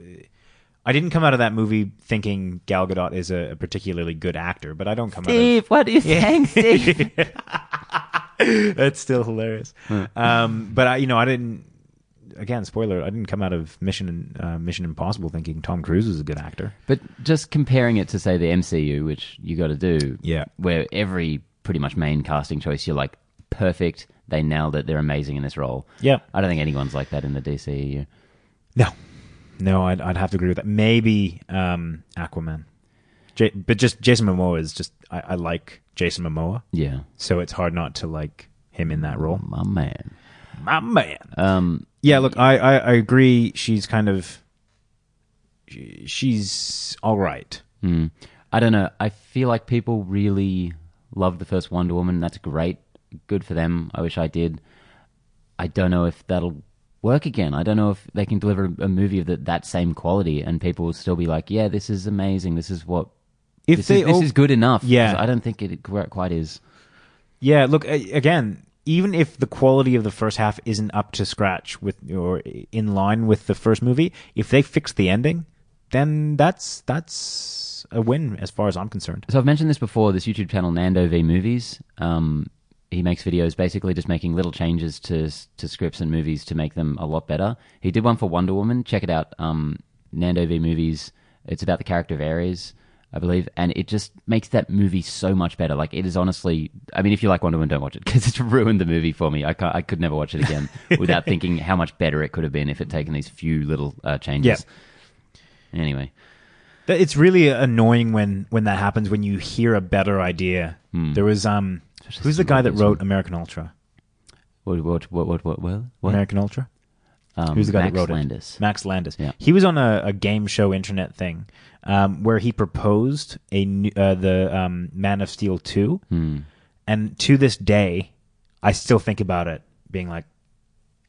Speaker 1: I didn't come out of that movie thinking Gal Gadot is a, a particularly good actor, but I don't come out of
Speaker 2: Steve, what is saying, Steve?
Speaker 1: That's still hilarious. Um, but I, you know, I didn't. Again, spoiler: I didn't come out of Mission uh, Mission Impossible thinking Tom Cruise was a good actor.
Speaker 2: but just comparing it to say the MCU, which you got to do,
Speaker 1: Yeah.
Speaker 2: where every pretty much main casting choice, you're like perfect. They nailed it. They're amazing in this role.
Speaker 1: Yeah.
Speaker 2: I don't think anyone's like that in the DCEU.
Speaker 1: No, no, I'd, I'd have to agree with that. Maybe um, Aquaman, J- but just Jason Momoa is just I, I like Jason Momoa,
Speaker 2: Yeah,
Speaker 1: so it's hard not to like him in that role.
Speaker 2: my man.
Speaker 1: My man.
Speaker 2: Um,
Speaker 1: Yeah, look, I, I, I agree. She's kind of she, she's all right.
Speaker 2: hmm. I don't know. I feel like people really love the first Wonder Woman. That's great. Good for them. I wish I did. I don't know if that'll work again. I don't know if they can deliver a movie of that, that same quality and people will still be like, yeah, this is amazing. This is what.
Speaker 1: If
Speaker 2: This,
Speaker 1: they
Speaker 2: is, this
Speaker 1: all-
Speaker 2: is good enough.
Speaker 1: Yeah.
Speaker 2: 'Cause I don't think it qu- quite is.
Speaker 1: Yeah, look a- again. Even if the quality of the first half isn't up to scratch with or in line with the first movie, if they fix the ending, then that's that's a win as far as I'm concerned.
Speaker 2: So I've mentioned this before. This YouTube channel, Nando V Movies. Um, he makes videos basically just making little changes to to scripts and movies to make them a lot better. He did one for Wonder Woman. Check it out. Um, Nando V Movies. It's about the character of Ares, I believe, and it just makes that movie so much better. Like it is honestly. I mean, if you like Wonder Woman, don't watch it because it's ruined the movie for me. I can't, I could never watch it again without thinking how much better it could have been if it taken these few little uh, changes. Anyway.
Speaker 1: Th- It's really annoying when when that happens when you hear a better idea. There was um, who's the guy that wrote American Ultra?
Speaker 2: What? What? What? What? What? What? what?
Speaker 1: American Ultra.
Speaker 2: Um,
Speaker 1: Who's the guy
Speaker 2: Max
Speaker 1: that wrote
Speaker 2: Landis.
Speaker 1: it? Max Landis.
Speaker 2: Yeah.
Speaker 1: He was on a, a game show internet thing um, where he proposed a new, uh, the um, Man of Steel two, and to this day, I still think about it, being like,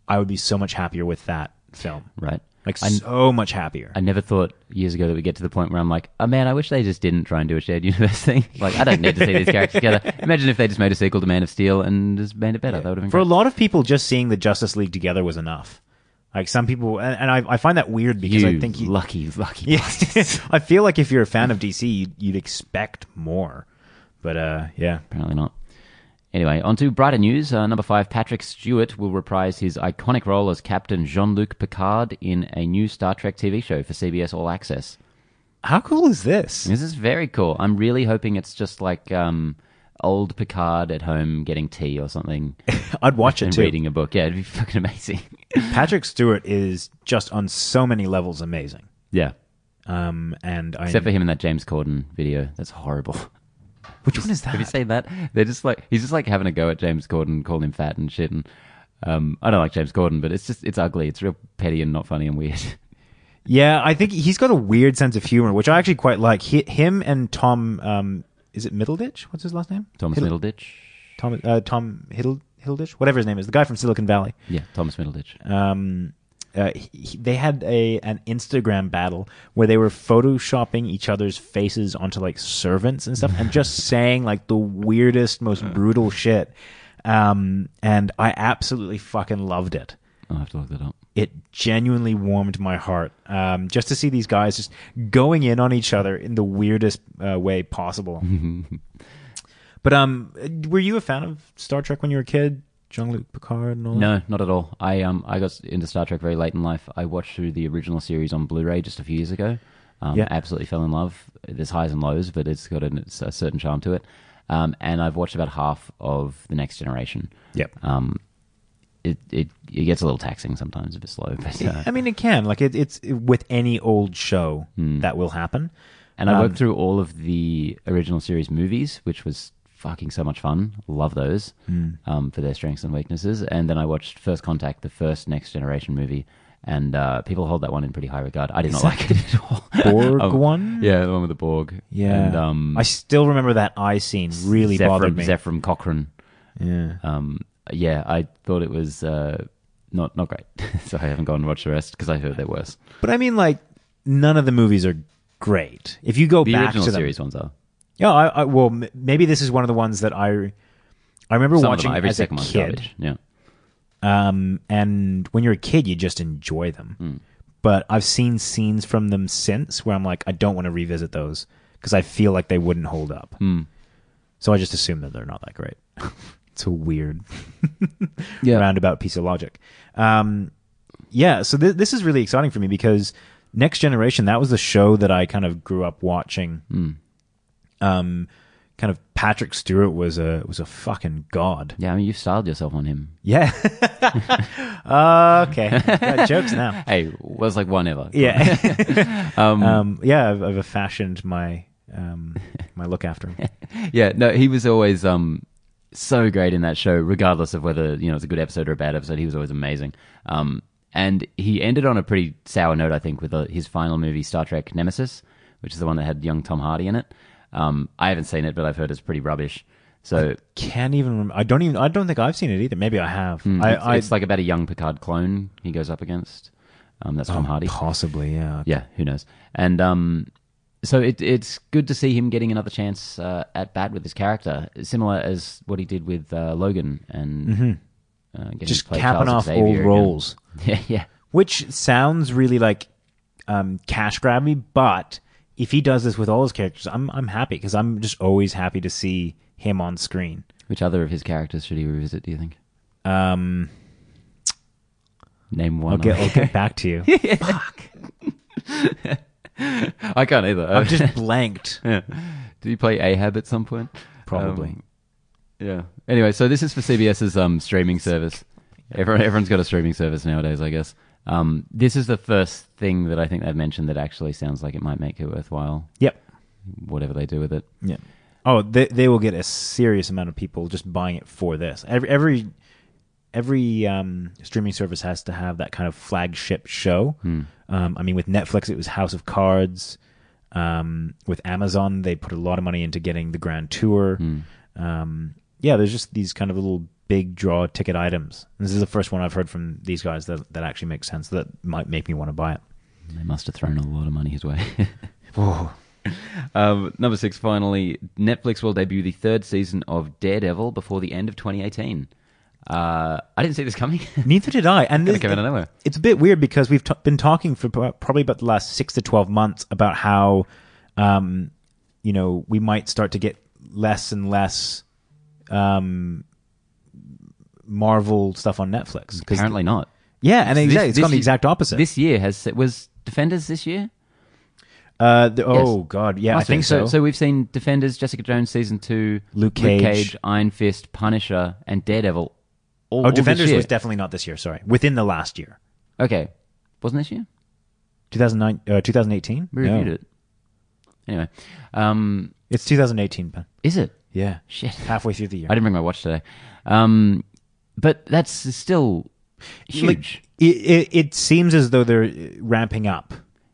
Speaker 1: I would be so much happier with that film,
Speaker 2: Right.
Speaker 1: like
Speaker 2: I-
Speaker 1: so much happier.
Speaker 2: I never thought years ago that we'd get to the point where I'm like, oh man, I wish they just didn't try and do a shared universe thing. Like, I don't need to see these characters together. Imagine if they just made a sequel to Man of Steel and just made it better. That would have been
Speaker 1: For a
Speaker 2: great.
Speaker 1: lot of people, just seeing the Justice League together was enough. Like some people, and, and I, I find that weird because
Speaker 2: you,
Speaker 1: I think you,
Speaker 2: lucky, lucky.
Speaker 1: Yeah. I feel like if you're a fan of DC, you'd, you'd expect more. But uh, yeah,
Speaker 2: Apparently not. Anyway, on to brighter news. Uh, number five, Patrick Stewart will reprise his iconic role as Captain Jean-Luc Picard in a new Star Trek TV show for CBS All Access.
Speaker 1: how cool is this?
Speaker 2: This is very cool. I'm really hoping it's just like um, old Picard at home getting tea or something
Speaker 1: I'd watch it
Speaker 2: and
Speaker 1: too.
Speaker 2: reading a book. Yeah, it'd be fucking amazing.
Speaker 1: Patrick Stewart is just on so many levels amazing.
Speaker 2: yeah.
Speaker 1: Um, and I
Speaker 2: Except for him in that James Corden video. That's horrible.
Speaker 1: which one is that?
Speaker 2: Have you seen that? They're just like he's just like having a go at James Corden, calling him fat and shit. And um, I don't like James Corden, but it's just it's ugly. It's real petty and not funny and weird.
Speaker 1: yeah, I think he's got a weird sense of humor, which I actually quite like. He, him and Tom, um, is it Middleditch? What's his last name?
Speaker 2: Thomas
Speaker 1: Hiddle-
Speaker 2: Middleditch.
Speaker 1: Tom, uh, Tom Hiddle, Hiddleditch, whatever his name is, the guy from Silicon Valley.
Speaker 2: Yeah, Thomas Middleditch.
Speaker 1: um, uh, he, they had a an Instagram battle where they were photoshopping each other's faces onto like servants and stuff, and just saying like the weirdest, most brutal shit. Um, and I absolutely fucking loved it.
Speaker 2: I'll have to look that up.
Speaker 1: It genuinely warmed my heart um, just to see these guys just going in on each other in the weirdest uh, way possible. but um, were you a fan of Star Trek when you were a kid? Jean Luc Picard and all that?
Speaker 2: No, not at all. I um I got into Star Trek very late in life. I watched through the original series on Blu-ray just a few years ago. Um,
Speaker 1: Yeah.
Speaker 2: absolutely fell in love. There's highs and lows, but it's got an, it's a certain charm to it. Um, and I've watched about half of the Next Generation.
Speaker 1: Yep.
Speaker 2: Um, it it it gets a little taxing sometimes, a bit slow, but. Uh,
Speaker 1: I mean, it can. Like it, it's with any old show
Speaker 2: Hmm.
Speaker 1: that will happen.
Speaker 2: And I worked through all of the original series movies, which was fucking so much fun. Love those
Speaker 1: Hmm.
Speaker 2: um, for their strengths and weaknesses. And then I watched First Contact, the first Next Generation movie, and uh, people hold that one in pretty high regard. I did not like it at all.
Speaker 1: Borg
Speaker 2: Um,
Speaker 1: one.
Speaker 2: Yeah, the one with the Borg.
Speaker 1: Yeah.
Speaker 2: And, um,
Speaker 1: I still remember that eye scene. Really
Speaker 2: Zephram,
Speaker 1: bothered me.
Speaker 2: Zephram Cochrane.
Speaker 1: Yeah.
Speaker 2: Um, yeah, I thought it was uh, not not great. so I haven't gone and watched the rest because I heard they're worse.
Speaker 1: But I mean, like none of the movies are great. If you go
Speaker 2: The
Speaker 1: back
Speaker 2: original
Speaker 1: to them,
Speaker 2: series ones are.
Speaker 1: yeah. I, I, well, m- maybe this is one of the ones that I. I remember
Speaker 2: Some
Speaker 1: watching
Speaker 2: of them, every
Speaker 1: as
Speaker 2: second
Speaker 1: a
Speaker 2: one's
Speaker 1: kid,
Speaker 2: garbage. Yeah.
Speaker 1: um, and when you're a kid, you just enjoy them.
Speaker 2: Hmm.
Speaker 1: But I've seen scenes from them since where I'm like, I don't want to revisit those because I feel like they wouldn't hold up.
Speaker 2: Hmm.
Speaker 1: So I just assume that they're not that great. it's a weird
Speaker 2: Yeah.
Speaker 1: roundabout piece of logic. Um, yeah, so th- this is really exciting for me because Next Generation, that was the show that I kind of grew up watching.
Speaker 2: Hmm.
Speaker 1: Um, kind of Patrick Stewart was a was a fucking god.
Speaker 2: Yeah, I mean, you've styled yourself on him.
Speaker 1: Yeah. okay. Got jokes now.
Speaker 2: Hey, was like one ever.
Speaker 1: Yeah.
Speaker 2: Um,
Speaker 1: Um, yeah, I've, I've fashioned my um, my look after him.
Speaker 2: yeah, no, he was always um, so great in that show, regardless of whether you know it's a good episode or a bad episode. He was always amazing. Um, and he ended on a pretty sour note, I think, with uh his final movie, Star Trek Nemesis, which is the one that had young Tom Hardy in it. Um, I haven't seen it, but I've heard it's pretty rubbish. So
Speaker 1: Can't even remember. I don't even. I don't think I've seen it either. Maybe I have. I,
Speaker 2: mm, Hmm. it's,
Speaker 1: I
Speaker 2: it's like about a young Picard clone he goes up against. Um, that's
Speaker 1: Oh,
Speaker 2: Tom Hardy.
Speaker 1: possibly. Yeah.
Speaker 2: yeah, who knows? And um, so it, it's good to see him getting another chance uh, at bat with his character, similar as what he did with uh, Logan and uh, getting to
Speaker 1: Mm-hmm. Just
Speaker 2: play
Speaker 1: capping
Speaker 2: Charles
Speaker 1: off
Speaker 2: Xavier
Speaker 1: all
Speaker 2: again.
Speaker 1: roles,
Speaker 2: Yeah, yeah.
Speaker 1: which sounds really like um, cash grab me, but if he does this with all his characters, I'm I'm happy because I'm just always happy to see him on screen.
Speaker 2: Which other of his characters should he revisit? Do you think?
Speaker 1: Um,
Speaker 2: Name one.
Speaker 1: I'll get
Speaker 2: other.
Speaker 1: I'll get back to you.
Speaker 2: I can't either.
Speaker 1: I've just blanked.
Speaker 2: Yeah. Did you play Ahab at some point?
Speaker 1: Probably.
Speaker 2: Um, yeah. Anyway, so this is for CBS's um, streaming service. Everyone, everyone's got a streaming service nowadays, I guess. Um, this is the first thing that I think they've mentioned that actually sounds like it might make it worthwhile,
Speaker 1: Yep.
Speaker 2: whatever they do with it.
Speaker 1: Yeah. Oh, they they will get a serious amount of people just buying it for this. Every every every um, streaming service has to have that kind of flagship show. Um, I mean, with Netflix, it was House of Cards. Um, with Amazon, they put a lot of money into getting the Grand Tour. Um, yeah, there's just these kind of little big draw ticket items. This is the first one I've heard from these guys that that actually makes sense. That might make me want to buy it.
Speaker 2: They must have thrown a lot of money his way.
Speaker 1: Whoa.
Speaker 2: um, number six, finally, Netflix will debut the third season of Daredevil before the end of 2018. Uh, I didn't see this coming.
Speaker 1: Neither did I. And
Speaker 2: Kinda
Speaker 1: this,
Speaker 2: came out of nowhere.
Speaker 1: it's a bit weird because we've t- been talking for pro- probably about the last six to twelve months about how, um, you know, we might start to get less and less, um, Marvel stuff on Netflix. 'Cause-
Speaker 2: Apparently not.
Speaker 1: yeah, and exactly,
Speaker 2: This-
Speaker 1: it's gone
Speaker 2: this
Speaker 1: the
Speaker 2: ye-
Speaker 1: exact opposite.
Speaker 2: This year has was Defenders this year.
Speaker 1: uh, the, oh god, yeah, I
Speaker 2: Must be.
Speaker 1: think so.
Speaker 2: so. we've seen Defenders, Jessica Jones season two,
Speaker 1: Luke Cage.
Speaker 2: Iron Fist, Punisher, and Daredevil. All,
Speaker 1: oh,
Speaker 2: all this
Speaker 1: Defenders
Speaker 2: year.
Speaker 1: was definitely not this year. Sorry, within the last year,
Speaker 2: okay. Wasn't this year?
Speaker 1: 2009, uh, 2018.
Speaker 2: We reviewed it. Anyway, um,
Speaker 1: It's 2018, Ben.
Speaker 2: is it?
Speaker 1: Yeah,
Speaker 2: Shit,
Speaker 1: halfway through the year.
Speaker 2: I didn't bring my watch today. Um, but that's still huge.
Speaker 1: Like, it, it, it seems as though they're uh, ramping up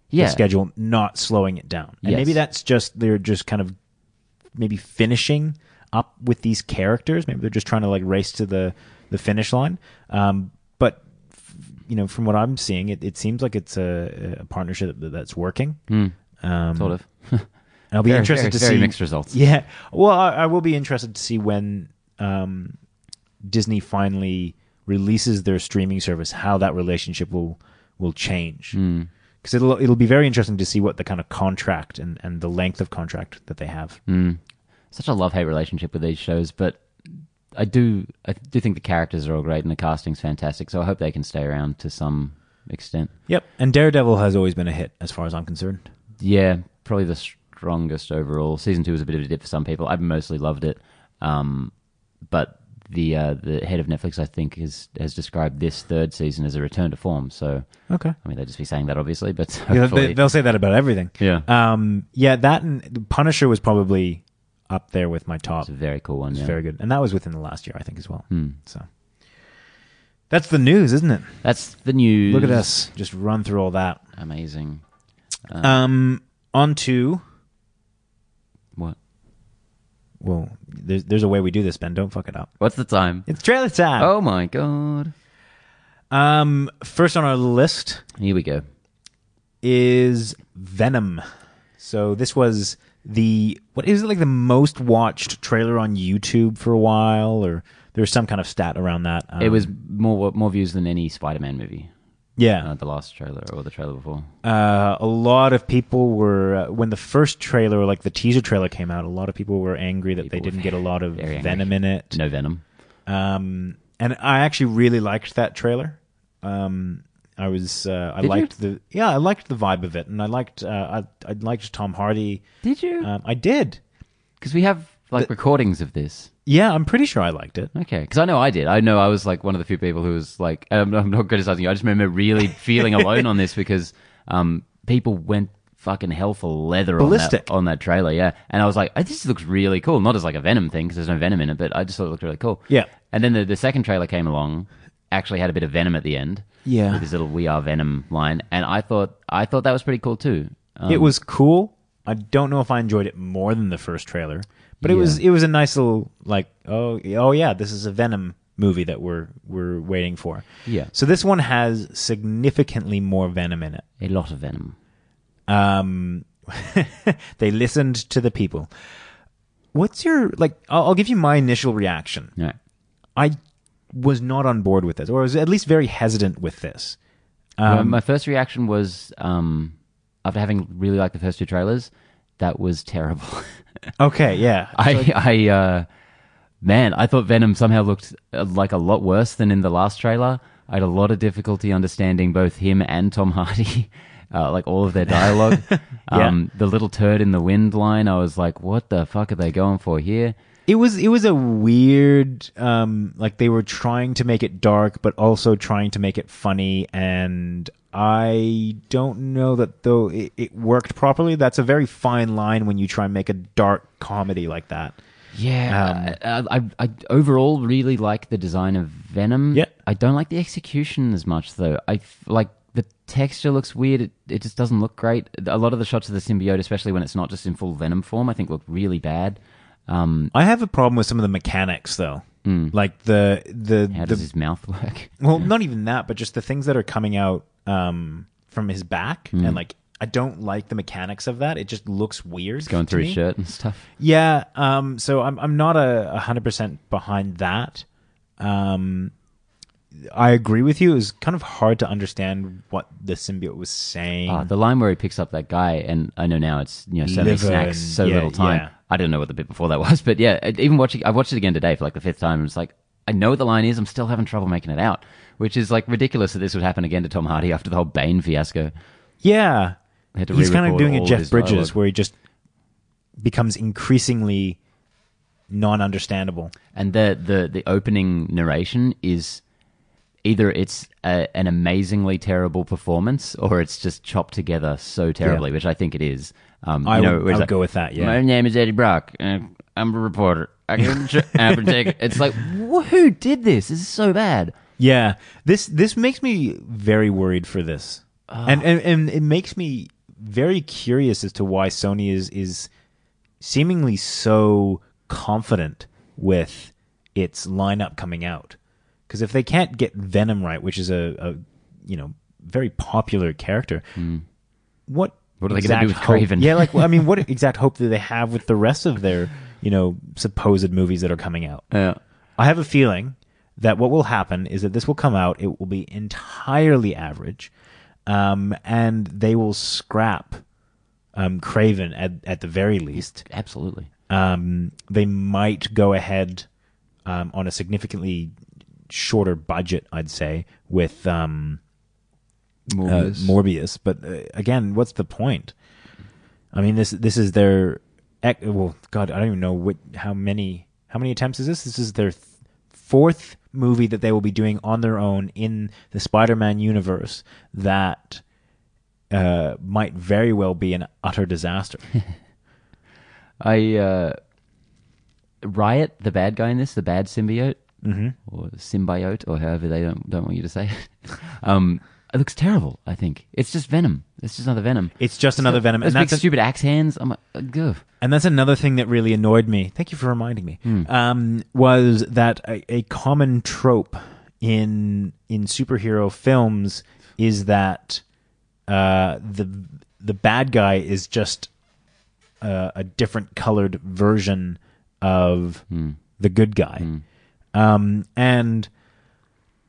Speaker 2: Yeah.
Speaker 1: the schedule, not slowing it down. And
Speaker 2: Yes.
Speaker 1: maybe that's just they're just kind of maybe finishing up with these characters. Maybe they're just trying to like race to the the finish line. Um, but f- you know, from what I'm seeing, it, it seems like it's a, a partnership that, that's working. Um,
Speaker 2: sort of.
Speaker 1: and I'll be
Speaker 2: Very,
Speaker 1: interested
Speaker 2: very,
Speaker 1: to
Speaker 2: very
Speaker 1: see
Speaker 2: mixed results.
Speaker 1: Yeah, well, I, I will be interested to see when um, Disney finally releases their streaming service, how that relationship will will change.
Speaker 2: Hmm.
Speaker 1: Because it'll it'll be very interesting to see what the kind of contract and, and the length of contract that they have.
Speaker 2: Hmm. Such a love hate relationship with these shows, but I do I do think the characters are all great and the casting's fantastic. So I hope they can stay around to some extent.
Speaker 1: Yep, and Daredevil has always been a hit, as far as I'm concerned.
Speaker 2: Yeah, probably the strongest overall. Season two was a bit of a dip for some people. I've mostly loved it, um, but the uh, the head of Netflix, I think, is, has described this third season as a return to form. So,
Speaker 1: Okay,
Speaker 2: I mean, they'd just be saying that obviously, but
Speaker 1: yeah,
Speaker 2: hopefully-
Speaker 1: they, they'll say that about everything.
Speaker 2: yeah,
Speaker 1: Um, yeah, that and the Punisher was probably up there with my top.
Speaker 2: it's a very cool one.
Speaker 1: It's
Speaker 2: Yeah. Hmm.
Speaker 1: very good, and that was within the last year, I think, as well. So that's the news, isn't it?
Speaker 2: That's the news.
Speaker 1: Look at us just run through all that.
Speaker 2: Amazing.
Speaker 1: Um, on to
Speaker 2: What?
Speaker 1: well, there's there's a way we do this, Ben. Don't fuck it up.
Speaker 2: What's the time?
Speaker 1: It's trailer time.
Speaker 2: Oh my god! Oh.
Speaker 1: Um, first on our list
Speaker 2: Here we go.
Speaker 1: is Venom. So this was the what is it like the most watched trailer on YouTube for a while, or there's some kind of stat around that. Um,
Speaker 2: It was more more views than any Spider-Man movie.
Speaker 1: yeah,
Speaker 2: Uh, the last trailer or the trailer before.
Speaker 1: uh, a lot of people were uh, when the first trailer, like the teaser trailer, came out. A lot of people were angry that they
Speaker 2: People were
Speaker 1: didn't get a lot of
Speaker 2: very angry.
Speaker 1: venom in it.
Speaker 2: No Venom.
Speaker 1: Um, and I actually really liked that trailer. Um, I was uh, I
Speaker 2: Did you?
Speaker 1: liked the yeah I liked the vibe of it, and I liked uh, I I liked Tom Hardy.
Speaker 2: Did you?
Speaker 1: Um, I did.
Speaker 2: Because Uh, we have like recordings of this.
Speaker 1: Yeah, I'm pretty sure I liked it.
Speaker 2: Okay, because I know I did. I know I was like one of the few people who was like, I'm, I'm not criticizing you. I just remember really feeling alone on this because um, people went fucking hell for leather on that,
Speaker 1: Ballistic.
Speaker 2: on that trailer. Yeah, and I was like, oh, this looks really cool. Not as like a Venom thing because there's no Venom in it, but I just thought it looked really cool.
Speaker 1: Yeah.
Speaker 2: And then the, the second trailer came along, actually had a bit of Venom at the end.
Speaker 1: Yeah.
Speaker 2: with his little "We Are Venom" line, and I thought I thought that was pretty cool too. Um,
Speaker 1: it was cool. I don't know if I enjoyed it more than the first trailer, but it
Speaker 2: Yeah.
Speaker 1: was it was a nice little like oh oh yeah, this is a Venom movie that we're we're waiting for.
Speaker 2: Yeah.
Speaker 1: So this one has significantly more Venom in it.
Speaker 2: a lot of Venom.
Speaker 1: Um, they listened to the people. What's your like? I'll, I'll give you my initial reaction.
Speaker 2: Yeah.
Speaker 1: I was not on
Speaker 2: Um,
Speaker 1: board with this, or was at least very hesitant with this.
Speaker 2: Well, my first reaction was um, after having really liked the first two trailers, that was terrible.
Speaker 1: Okay, yeah.
Speaker 2: I, I, uh, man, I thought Venom somehow looked uh, like a lot worse than in the last trailer. I had a lot of difficulty understanding both him and Tom Hardy, uh, like all of their dialogue. um, the little turd in the wind line, I was like, what the fuck are they going for here?
Speaker 1: It was it was a weird um like they were trying to make it dark but also trying to make it funny and I don't know that though it, it worked properly. That's a very fine line when you try and make a dark comedy like that.
Speaker 2: Yeah,
Speaker 1: Um,
Speaker 2: I, I, I overall really like the design of Venom.
Speaker 1: Yeah.
Speaker 2: I don't like the execution as much though. I f- like the texture looks weird. It, it just doesn't look great. A lot of the shots of the symbiote, especially when it's not just in full Venom form, I think look really bad. Um,
Speaker 1: I have a problem with some of the mechanics though. Like the the
Speaker 2: how
Speaker 1: the
Speaker 2: does his mouth work?
Speaker 1: well not even that but just the things that are coming out um from his back
Speaker 2: Mm-hmm.
Speaker 1: and like I don't like the mechanics of that. It just looks weird. It's
Speaker 2: Going through
Speaker 1: to
Speaker 2: his
Speaker 1: me.
Speaker 2: shirt and stuff.
Speaker 1: Yeah, um, so I'm I'm not a hundred percent behind that. Um, I agree with you. It was kind of hard to understand what the symbiote was saying.
Speaker 2: Ah, the line where he picks up that guy, and I know now it's you know so many
Speaker 1: Liver
Speaker 2: snacks,
Speaker 1: and-
Speaker 2: so
Speaker 1: yeah,
Speaker 2: little time.
Speaker 1: yeah.
Speaker 2: I don't know what the bit before that was, but yeah, it- even watching, I watched it again today for like the fifth time. and It's like I know what the line is. I'm still having trouble making it out, which is like ridiculous that this would happen again to Tom Hardy after the whole Bane fiasco.
Speaker 1: yeah,
Speaker 2: Had to
Speaker 1: he's kind of
Speaker 2: re-record
Speaker 1: doing
Speaker 2: all
Speaker 1: a
Speaker 2: of his
Speaker 1: Jeff Bridges
Speaker 2: dialogue.
Speaker 1: where he just becomes increasingly non-understandable.
Speaker 2: And the the the opening narration is either it's a, an amazingly terrible performance or it's just chopped together so terribly, which I think it is. Um,
Speaker 1: I
Speaker 2: you know,
Speaker 1: would-
Speaker 2: where it's
Speaker 1: I would
Speaker 2: like,
Speaker 1: go with that, yeah.
Speaker 2: my name is Eddie Brock. And I'm a reporter. I can I can take it. It's like wh- who did this? This is so bad.
Speaker 1: Yeah, this this makes me very worried for this, and, and and it makes me very curious as to why Sony is is seemingly so confident with its lineup coming out. Because if they can't get Venom right, which is a, a you know very popular character, what
Speaker 2: Hmm. What are they gonna do
Speaker 1: exact
Speaker 2: with
Speaker 1: hope-
Speaker 2: Craven?
Speaker 1: Yeah, like well, I mean, what exact hope do they have with the rest of their you know supposed movies that are coming out?
Speaker 2: Yeah.
Speaker 1: I have a feeling that what will happen is that this will come out. It will be entirely average, um, and they will scrap um, Craven at at the very least.
Speaker 2: Absolutely.
Speaker 1: Um, they might go ahead um, on a significantly shorter budget, I'd say, with um, uh, Morbius. But uh, again, what's the point? I mean this this is their ec- well, God, I don't even know what how many how many attempts is this? This is their th- fourth movie that they will be doing on their own in the Spider-Man universe that uh, might very well be an utter disaster.
Speaker 2: I uh, Riot, the bad guy in this, the bad symbiote
Speaker 1: Mm-hmm.
Speaker 2: or symbiote or however they don't don't want you to say it. um, it looks terrible. I think it's just Venom. It's just another Venom.
Speaker 1: It's just another Venom, and
Speaker 2: Those big
Speaker 1: that's a-
Speaker 2: stupid axe hands. I'm like, ugh.
Speaker 1: And that's another thing that really annoyed me. Thank you for reminding me. Um, was that a, a common trope in in superhero films is that uh, the the bad guy is just uh, a different colored version of the good guy, um, and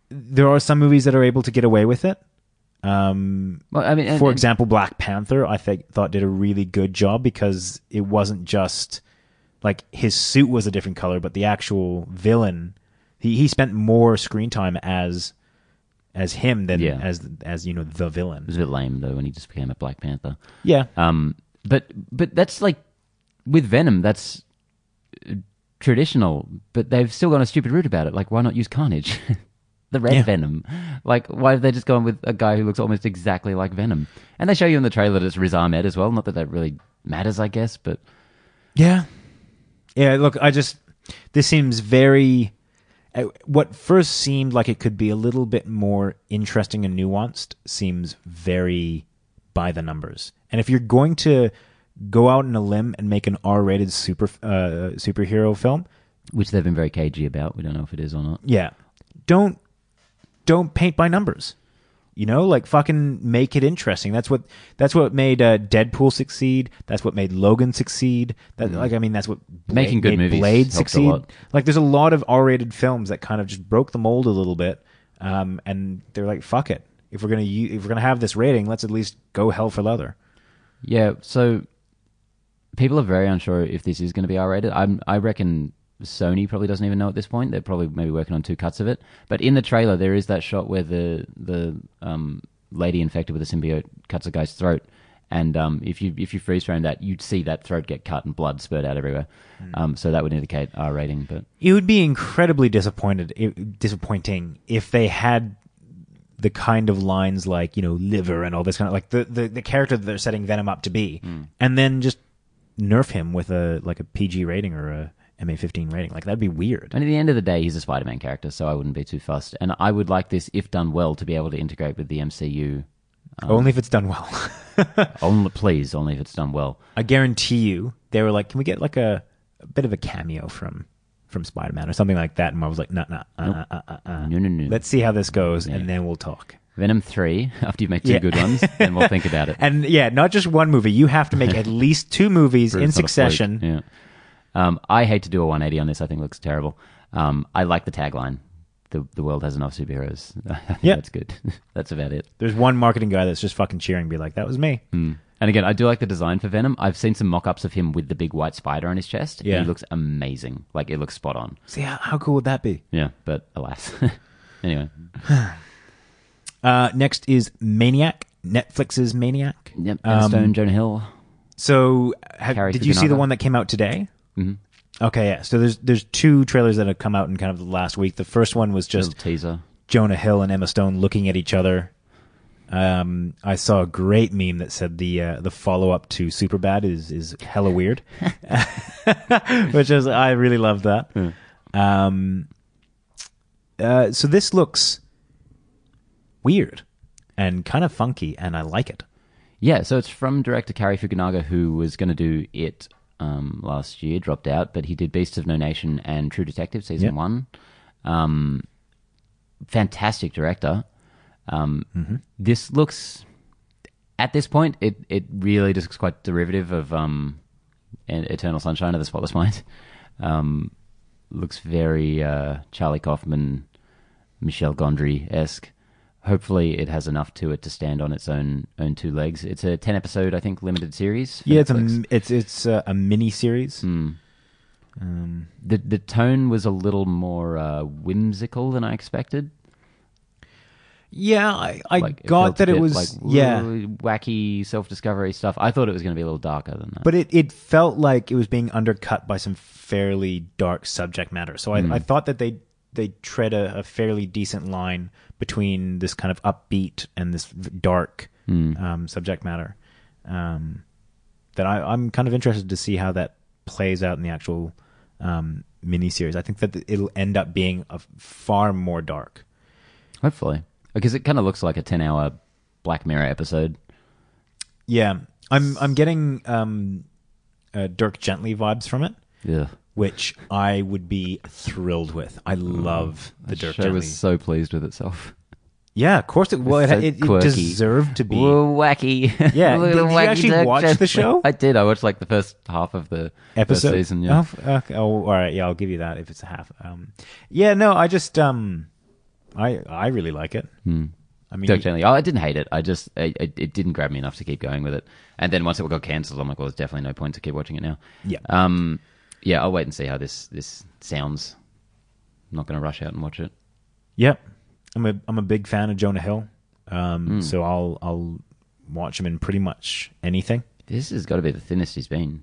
Speaker 1: there are some movies that are able to get away with it. Um,
Speaker 2: Well, I mean, and-
Speaker 1: for
Speaker 2: and-
Speaker 1: example, Black Panther, I think thought did a really good job because it wasn't just like his suit was a different color, but the actual villain he, he spent more screen time as as him than
Speaker 2: Yeah.
Speaker 1: as as you know the
Speaker 2: it
Speaker 1: villain.
Speaker 2: was a bit lame though when he just became a Black Panther.
Speaker 1: Yeah,
Speaker 2: Um, but but that's like with Venom, that's uh, traditional. But they've still gone a stupid route about it. Like, why not use Carnage, the Red
Speaker 1: Yeah.
Speaker 2: Venom? Like, why have they just gone with a guy who looks almost exactly like Venom? And they show you in the trailer that it's Riz Ahmed as well. Not that that really matters, I guess. But
Speaker 1: yeah, yeah. Look, I just this seems very uh, what first seemed like it could be a little bit more interesting and nuanced seems very by the numbers. And if you're going to go out on a limb and make an R-rated super uh, superhero film,
Speaker 2: which they've been very cagey about. We don't know if it is or not.
Speaker 1: yeah, don't don't paint by numbers. You know, like fucking make it interesting. That's what that's what made uh, Deadpool succeed. That's what made Logan succeed. That like I mean, that's what Blade,
Speaker 2: Mm-hmm. Making good
Speaker 1: made
Speaker 2: movies
Speaker 1: Blade
Speaker 2: helped a
Speaker 1: succeed.
Speaker 2: lot.
Speaker 1: Like there's a lot of R-rated films that kind of just broke the mold a little bit, um, and they're like, fuck it. If we're gonna u- if we're gonna have this rating, let's at least go hell for leather.
Speaker 2: Yeah, so people are very unsure if this is going to be R rated. I'm I reckon Sony probably doesn't even know at this point. They're probably maybe working on two cuts of it. But in the trailer, there is that shot where the the um, lady infected with the symbiote cuts a guy's throat, and um, if you if you freeze frame that, you'd see that throat get cut and blood spurt out everywhere. Um, so that would indicate R rating. But
Speaker 1: It would be incredibly disappointed, it, disappointing if they had the kind of lines like you know liver and all this kind of like the the, the character that they're setting Venom up to be, and then just nerf him with a like a PG rating or a MA15 rating. Like that'd be weird.
Speaker 2: And at the end of the day, he's a Spider-Man character, so I wouldn't be too fussed. And I would like this, if done well, to be able to integrate with the MCU.
Speaker 1: Only if it's done well.
Speaker 2: Only, please, only if it's done well.
Speaker 1: I guarantee you, they were like, "Can we get like a, a bit of a cameo from from Spider Man or something like that?" And I was like, "Nah, nah, uh, uh, uh, uh, uh.
Speaker 2: No, no, no.
Speaker 1: let's see how this goes, and then we'll talk."
Speaker 2: Venom three. After you make two
Speaker 1: Yeah.
Speaker 2: good ones, then we'll think about it.
Speaker 1: And yeah, not just one movie. You have to make at least two movies in
Speaker 2: It's not a
Speaker 1: succession.
Speaker 2: fluke. Yeah. Um, I hate to do a 180 on this. I think it looks terrible. Um, I like the tagline. The, the world has enough superheroes. I think
Speaker 1: Yeah.
Speaker 2: that's good. that's about it.
Speaker 1: There's one marketing guy that's just fucking cheering, be like, "That was me."
Speaker 2: Hmm. And again, I do like the design for Venom. I've seen some mock-ups of him with the big white spider on his chest.
Speaker 1: Yeah.
Speaker 2: He looks amazing. Like it looks spot on.
Speaker 1: See how, how cool would that be?
Speaker 2: Yeah, but alas. anyway,
Speaker 1: Uh, next is Maniac, Netflix's Maniac.
Speaker 2: yep. Emma
Speaker 1: Um,
Speaker 2: Stone, Jonah Hill.
Speaker 1: So, have,
Speaker 2: Carrie
Speaker 1: did you see the
Speaker 2: Fukunaga.
Speaker 1: one that came out today? Mm-hmm. Okay, yeah. So there's there's two trailers that have come out in kind of the last week. The first one was just
Speaker 2: Little teaser.
Speaker 1: Jonah Hill and Emma Stone looking at each other. Um, I saw a great meme that said the uh, the follow up to Superbad is is hella weird, which is I really love that. Um, uh, so this looks weird and kind of funky, and I like it.
Speaker 2: Yeah, so it's from director Cary Fukunaga, who was going to do it um, last year, dropped out, but he did Beasts of No Nation and True Detective season
Speaker 1: Yeah.
Speaker 2: one. Um, fantastic director. Um,
Speaker 1: Mm-hmm.
Speaker 2: This looks, at this point, it, it really just looks quite derivative of um, E- Eternal Sunshine of the Spotless Mind. Um, looks very uh, Charlie Kaufman, Michel Gondry esque. Hopefully, it has enough to it to stand on its own own two legs. It's a ten episode, I think, limited series. for
Speaker 1: Yeah, it's a
Speaker 2: Netflix.
Speaker 1: m- it's it's uh, a, a mini series. Um,
Speaker 2: the the tone was a little more uh, whimsical than I expected.
Speaker 1: yeah, I, I
Speaker 2: Like, it felt
Speaker 1: got
Speaker 2: a
Speaker 1: that it
Speaker 2: bit
Speaker 1: was
Speaker 2: like
Speaker 1: yeah.
Speaker 2: really wacky self discovery stuff. I thought it was going to be a little darker than that.
Speaker 1: But it, it felt like it was being undercut by some fairly dark subject matter. So I, I thought that they they tread a, a fairly decent line between this kind of upbeat and this v- dark um, subject matter. Um, that I, I'm kind of interested to see how that plays out in the actual um, miniseries. I think that it'll end up being a f- far more dark.
Speaker 2: Hopefully, because it kind of looks like a ten hour Black Mirror episode.
Speaker 1: Yeah, I'm I'm getting um, uh, Dirk Gently vibes from it.
Speaker 2: Yeah,
Speaker 1: which I would be thrilled with. I love the
Speaker 2: the
Speaker 1: Dirk
Speaker 2: Mm. show
Speaker 1: Gently.
Speaker 2: was so pleased with itself.
Speaker 1: yeah, of course it. Well, it,
Speaker 2: so
Speaker 1: it, it
Speaker 2: quirky.
Speaker 1: deserved to be.
Speaker 2: Whoa, wacky.
Speaker 1: Yeah,
Speaker 2: Look at
Speaker 1: did-
Speaker 2: the
Speaker 1: did you
Speaker 2: wacky
Speaker 1: actually
Speaker 2: duck
Speaker 1: watch the
Speaker 2: Gently.
Speaker 1: show?
Speaker 2: I did. I watched like the first half of the first
Speaker 1: episode
Speaker 2: season. Yeah,
Speaker 1: Oh, f- okay. Oh, all right. Yeah, I'll give you that if it's a half. Um, yeah, no, I just um, I I really like it. I mean,
Speaker 2: Hmm. Dirk Gently. Oh, I didn't hate it. I just I, I, it didn't grab me enough to keep going with it. And then once it got cancelled, I'm like, well, there's definitely no point to keep watching it now.
Speaker 1: Yeah.
Speaker 2: Um. Yeah, I'll wait and see how this this sounds. I'm not going to rush out and watch it.
Speaker 1: yep. I'm a I'm a big fan of Jonah Hill. Um,
Speaker 2: Hmm.
Speaker 1: so I'll I'll watch him in pretty much anything.
Speaker 2: This has got to be the thinnest he's been.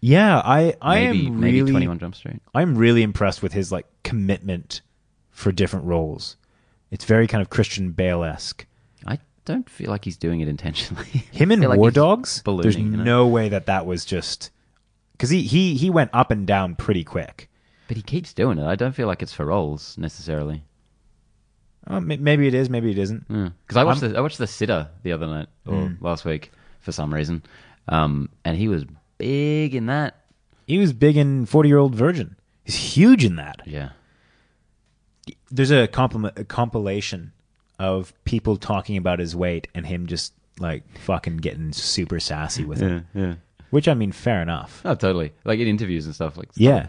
Speaker 1: Yeah, I I
Speaker 2: Maybe
Speaker 1: am
Speaker 2: maybe
Speaker 1: really
Speaker 2: 21 Jump Street.
Speaker 1: I'm really impressed with his like commitment for different roles. It's very kind of Christian Bale esque.
Speaker 2: I don't feel like he's doing it intentionally.
Speaker 1: Him in
Speaker 2: I feel like
Speaker 1: War
Speaker 2: he's
Speaker 1: Dogs.
Speaker 2: ballooning,
Speaker 1: There's
Speaker 2: you know?
Speaker 1: no way that that was just because he he he went up and down pretty quick.
Speaker 2: but he keeps doing it. I don't feel like it's for roles necessarily.
Speaker 1: Uh, m- maybe it is, maybe it isn't.
Speaker 2: Because I watched the, I watched the sitter the other night or
Speaker 1: Hmm.
Speaker 2: last week for some reason, um, and he was big in that.
Speaker 1: He was big in Forty Year Old Virgin. He's huge in that.
Speaker 2: Yeah,
Speaker 1: There's a, compliment, a compilation of people talking about his weight and him just like fucking getting super sassy with it.
Speaker 2: yeah.
Speaker 1: Which I mean, fair enough.
Speaker 2: Oh, totally. Like in interviews and stuff. Like
Speaker 1: Yeah.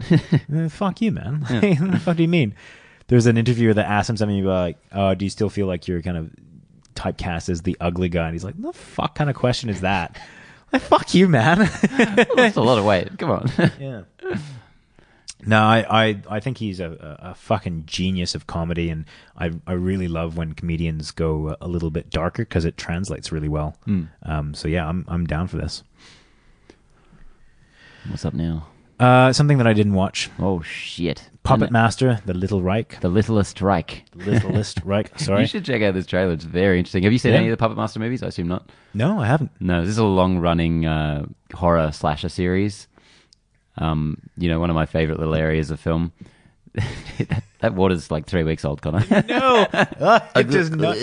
Speaker 1: Uh, fuck you, man. what do you mean? There's an interviewer that asked him something about like, oh, do you still feel like you're kind of typecast as the ugly guy? And he's like, the fuck kind of question is that? Fuck you, man.
Speaker 2: That's a lot of weight. Come on.
Speaker 1: yeah. No, I, I, I think he's a, a a fucking genius of comedy, and I, I really love when comedians go a little bit darker because it translates really well. Um, so yeah, I'm I'm down for this.
Speaker 2: What's up now?
Speaker 1: Uh, something that I didn't watch:
Speaker 2: Oh shit!
Speaker 1: Puppet
Speaker 2: And
Speaker 1: Master, The Little Reich,
Speaker 2: the Littlest Reich.
Speaker 1: Littlest Reich. Sorry,
Speaker 2: You should check out this trailer. It's very interesting. Have you seen
Speaker 1: Yeah.
Speaker 2: any of the Puppet Master movies? I assume not.
Speaker 1: no, I haven't.
Speaker 2: No, this is a long-running uh, horror slasher series. Um, you know, one of my favorite little areas of film. that, that water's like three weeks old, Connor.
Speaker 1: No, it does not.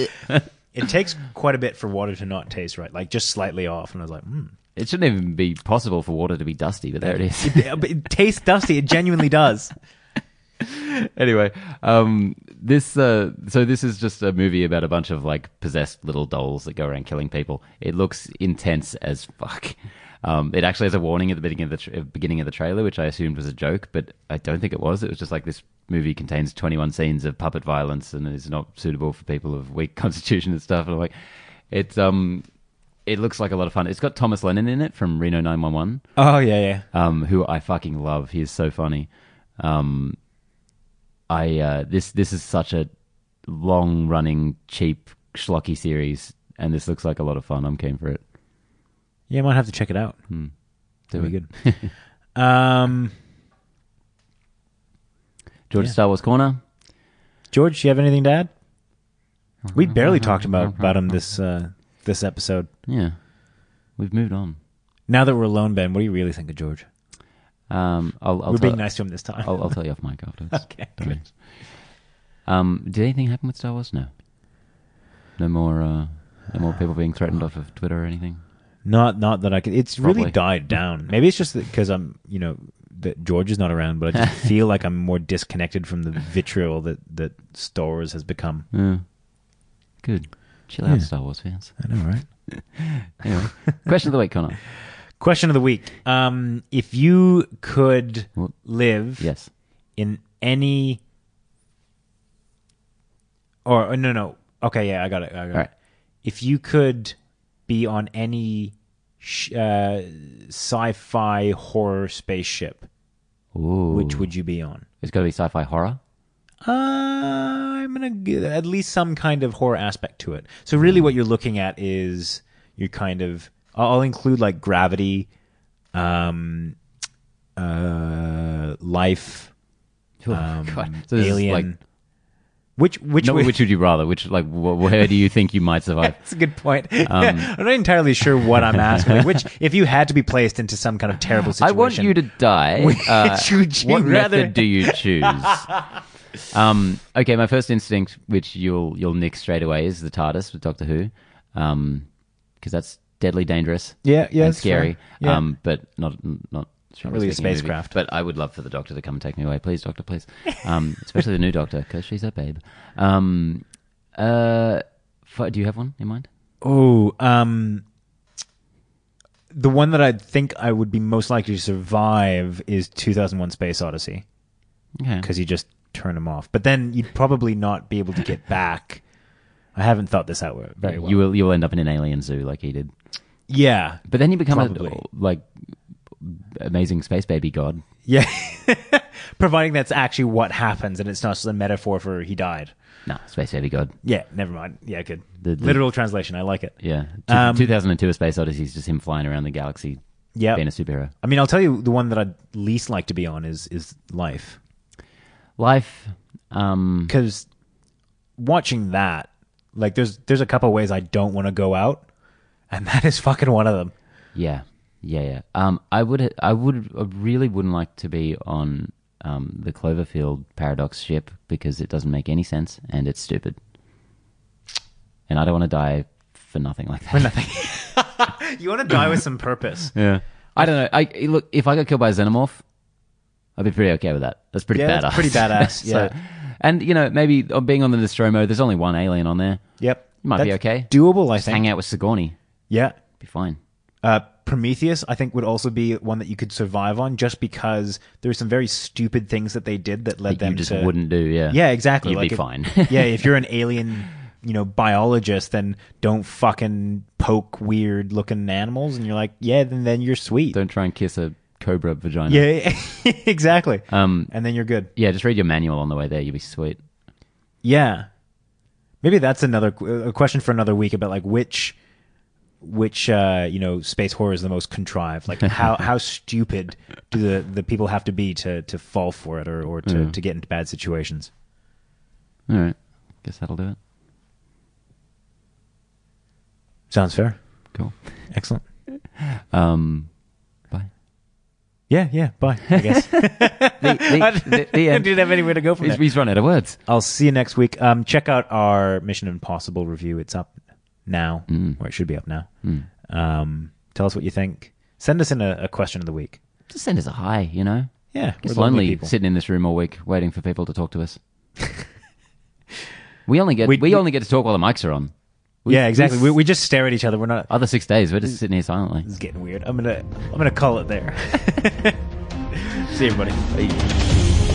Speaker 1: It takes quite a bit for water to not taste right, like just slightly off. And I was like, hmm.
Speaker 2: it shouldn't even be possible for water to be dusty, but there it is.
Speaker 1: Yeah, but it tastes dusty. It genuinely does.
Speaker 2: anyway, um, this uh, so this is just a movie about a bunch of like possessed little dolls that go around killing people. It looks intense as fuck. Um, it actually has a warning at the beginning of the tra- beginning of the trailer, which I assumed was a joke, but I don't think it was. It was just like this movie contains 21 scenes of puppet violence and is not suitable for people of weak constitution and stuff. And I'm like, it's um, it looks like a lot of fun. It's got Thomas Lennon in it from Reno 911
Speaker 1: Oh yeah, yeah.
Speaker 2: um, who I fucking love. He is so funny. Um, I uh, this this is such a long running cheap schlocky series, and this looks like a lot of fun. I'm keen for it.
Speaker 1: Yeah, I might have to check it out.
Speaker 2: Hmm. Do
Speaker 1: Very
Speaker 2: it.
Speaker 1: good. um,
Speaker 2: George
Speaker 1: Yeah.
Speaker 2: Star Wars Corner.
Speaker 1: George, you have anything to add?
Speaker 2: Uh-huh.
Speaker 1: We barely talked about about him this uh, this episode.
Speaker 2: Yeah, we've moved on.
Speaker 1: Now that we're alone, Ben, what do you really think of George?
Speaker 2: Um, I'll, I'll
Speaker 1: we're
Speaker 2: tell,
Speaker 1: being nice to him this time.
Speaker 2: I'll, I'll tell you off mic afterwards.
Speaker 1: okay.
Speaker 2: Don't worry. Um, did anything happen with Star Wars? No. No more. Uh, no more people being threatened off of Twitter or anything.
Speaker 1: Not not that I can. It's really
Speaker 2: Probably.
Speaker 1: died down. Maybe it's just because I'm you know that George is not around, but I just feel like I'm more disconnected from the vitriol that that Star Wars has become.
Speaker 2: Yeah. Good. Chill out, Star Wars fans.
Speaker 1: I know, right?
Speaker 2: Anyway, question of the week, Connor.
Speaker 1: Question of the week: um, If you could
Speaker 2: Whoop.
Speaker 1: live
Speaker 2: Yes.
Speaker 1: in any, or oh, no, no, okay, yeah, I got it. I got it.
Speaker 2: All right.
Speaker 1: If you could be on any sh- uh, sci-fi horror spaceship,
Speaker 2: Ooh.
Speaker 1: which would you be on?
Speaker 2: It's got to be sci-fi horror.
Speaker 1: Uh, I'm gonna g- at least some kind of horror aspect to it. So really, what you're looking at is you're kind of. I'll I'll include like gravity, um, uh, life,
Speaker 2: Oh,
Speaker 1: um,
Speaker 2: God. this is
Speaker 1: alien.
Speaker 2: like,
Speaker 1: which which
Speaker 2: no,
Speaker 1: would-
Speaker 2: which would you rather? Which like, wh- where do you think you might survive?
Speaker 1: That's a good point.
Speaker 2: Um,
Speaker 1: I'm not entirely sure what I'm asking. Like, which, if you had to be placed into some kind of terrible
Speaker 2: I
Speaker 1: situation,
Speaker 2: want you to die. uh,
Speaker 1: Which would you
Speaker 2: what
Speaker 1: rather-
Speaker 2: method do you choose? um, okay, my first instinct, which you'll you'll nick straight away, is the TARDIS with Doctor Who, because that's deadly dangerous.
Speaker 1: Yeah, yeah,
Speaker 2: and
Speaker 1: that's
Speaker 2: scary.
Speaker 1: fair. Yeah.
Speaker 2: Um, but not not.
Speaker 1: really a
Speaker 2: speaking movie.
Speaker 1: spacecraft.
Speaker 2: but I would love for the doctor to come and take me away, please, doctor, please. Um, especially the new doctor, because she's a babe. Um, uh, fi- do you have one in mind?
Speaker 1: Oh, um, the one that I think I would be most likely to survive is 2001: Space Odyssey
Speaker 2: Okay.
Speaker 1: because you just turn them off. But then you'd probably not be able to get back. I haven't thought this out very well.
Speaker 2: You will you will end up in an alien zoo like he did.
Speaker 1: yeah,
Speaker 2: But then you become
Speaker 1: Probably.
Speaker 2: a like amazing space baby god.
Speaker 1: yeah. Providing that's actually what happens, and it's not just a metaphor for he died.
Speaker 2: No, space baby god.
Speaker 1: Yeah, never mind. Yeah, good.
Speaker 2: The- the-
Speaker 1: Literal translation. I like it.
Speaker 2: Yeah. Two,
Speaker 1: Um,
Speaker 2: 2002 A Space Odyssey is just him flying around the galaxy
Speaker 1: Yeah.
Speaker 2: being a superhero.
Speaker 1: I mean, I'll tell you the one that I'd least like to be on is is life
Speaker 2: Life um
Speaker 1: because watching that, like, there's there's a couple ways I don't want to go out, and that is fucking one of them.
Speaker 2: Yeah, yeah, yeah. Um, I would, I would, I really wouldn't like to be on um, the Cloverfield paradox ship because it doesn't make any sense and it's stupid, and I don't want to die for nothing like that.
Speaker 1: You want to die with some purpose.
Speaker 2: yeah, I don't know. I look if I got killed by a xenomorph, I'd be pretty okay with that. That's pretty
Speaker 1: Yeah,
Speaker 2: badass.
Speaker 1: that's pretty badass, yeah.
Speaker 2: and you know, maybe uh, being on the Nostromo, there's only one alien on there.
Speaker 1: Yep,
Speaker 2: Might
Speaker 1: That's
Speaker 2: be okay.
Speaker 1: Doable, I
Speaker 2: Just
Speaker 1: think.
Speaker 2: hang out with Sigourney,
Speaker 1: Yeah.
Speaker 2: be fine.
Speaker 1: Uh, Prometheus, I think, would also be one that you could survive on, just because there were some very stupid things that they did that led
Speaker 2: That
Speaker 1: them
Speaker 2: you just
Speaker 1: to
Speaker 2: wouldn't do. Yeah,
Speaker 1: Yeah, exactly.
Speaker 2: You'd
Speaker 1: like
Speaker 2: be
Speaker 1: if-
Speaker 2: fine.
Speaker 1: yeah, if you're an alien, you know, biologist, then don't fucking poke weird looking animals, and you're like, yeah, then then you're sweet.
Speaker 2: Don't try and kiss a cobra vagina.
Speaker 1: Yeah, exactly.
Speaker 2: Um,
Speaker 1: and then you're good.
Speaker 2: yeah, just read your manual on the way there. You'll be sweet.
Speaker 1: Yeah, maybe that's another qu- a question for another week about like which which uh, you know space horror is the most contrived. Like how how stupid do the the people have to be to to fall for it or or to, to get into bad situations?
Speaker 2: All right. Guess that'll do it.
Speaker 1: Sounds fair.
Speaker 2: Cool.
Speaker 1: Excellent.
Speaker 2: Um, bye.
Speaker 1: Yeah, yeah. Bye. I guess
Speaker 2: The, the, the, the
Speaker 1: I
Speaker 2: end.
Speaker 1: didn't have anywhere to go from
Speaker 2: He's,
Speaker 1: there.
Speaker 2: he's run out of words.
Speaker 1: I'll see you next week. Um, check out our Mission Impossible review. It's up now,
Speaker 2: Hmm.
Speaker 1: or it should be up now. Um, tell us what you think. Send us in a, a question of the week.
Speaker 2: Just send us a hi, you know?
Speaker 1: Yeah,
Speaker 2: It's lonely, sitting in this room all week waiting for people to talk to us. we only get
Speaker 1: We-
Speaker 2: we,
Speaker 1: we-
Speaker 2: only get to talk while the mics are on.
Speaker 1: yeah, exactly. We, we just stare at each other. We're not.
Speaker 2: Other six days, we're just sitting here silently.
Speaker 1: It's getting weird. I'm gonna I'm gonna call it there. see you, everybody.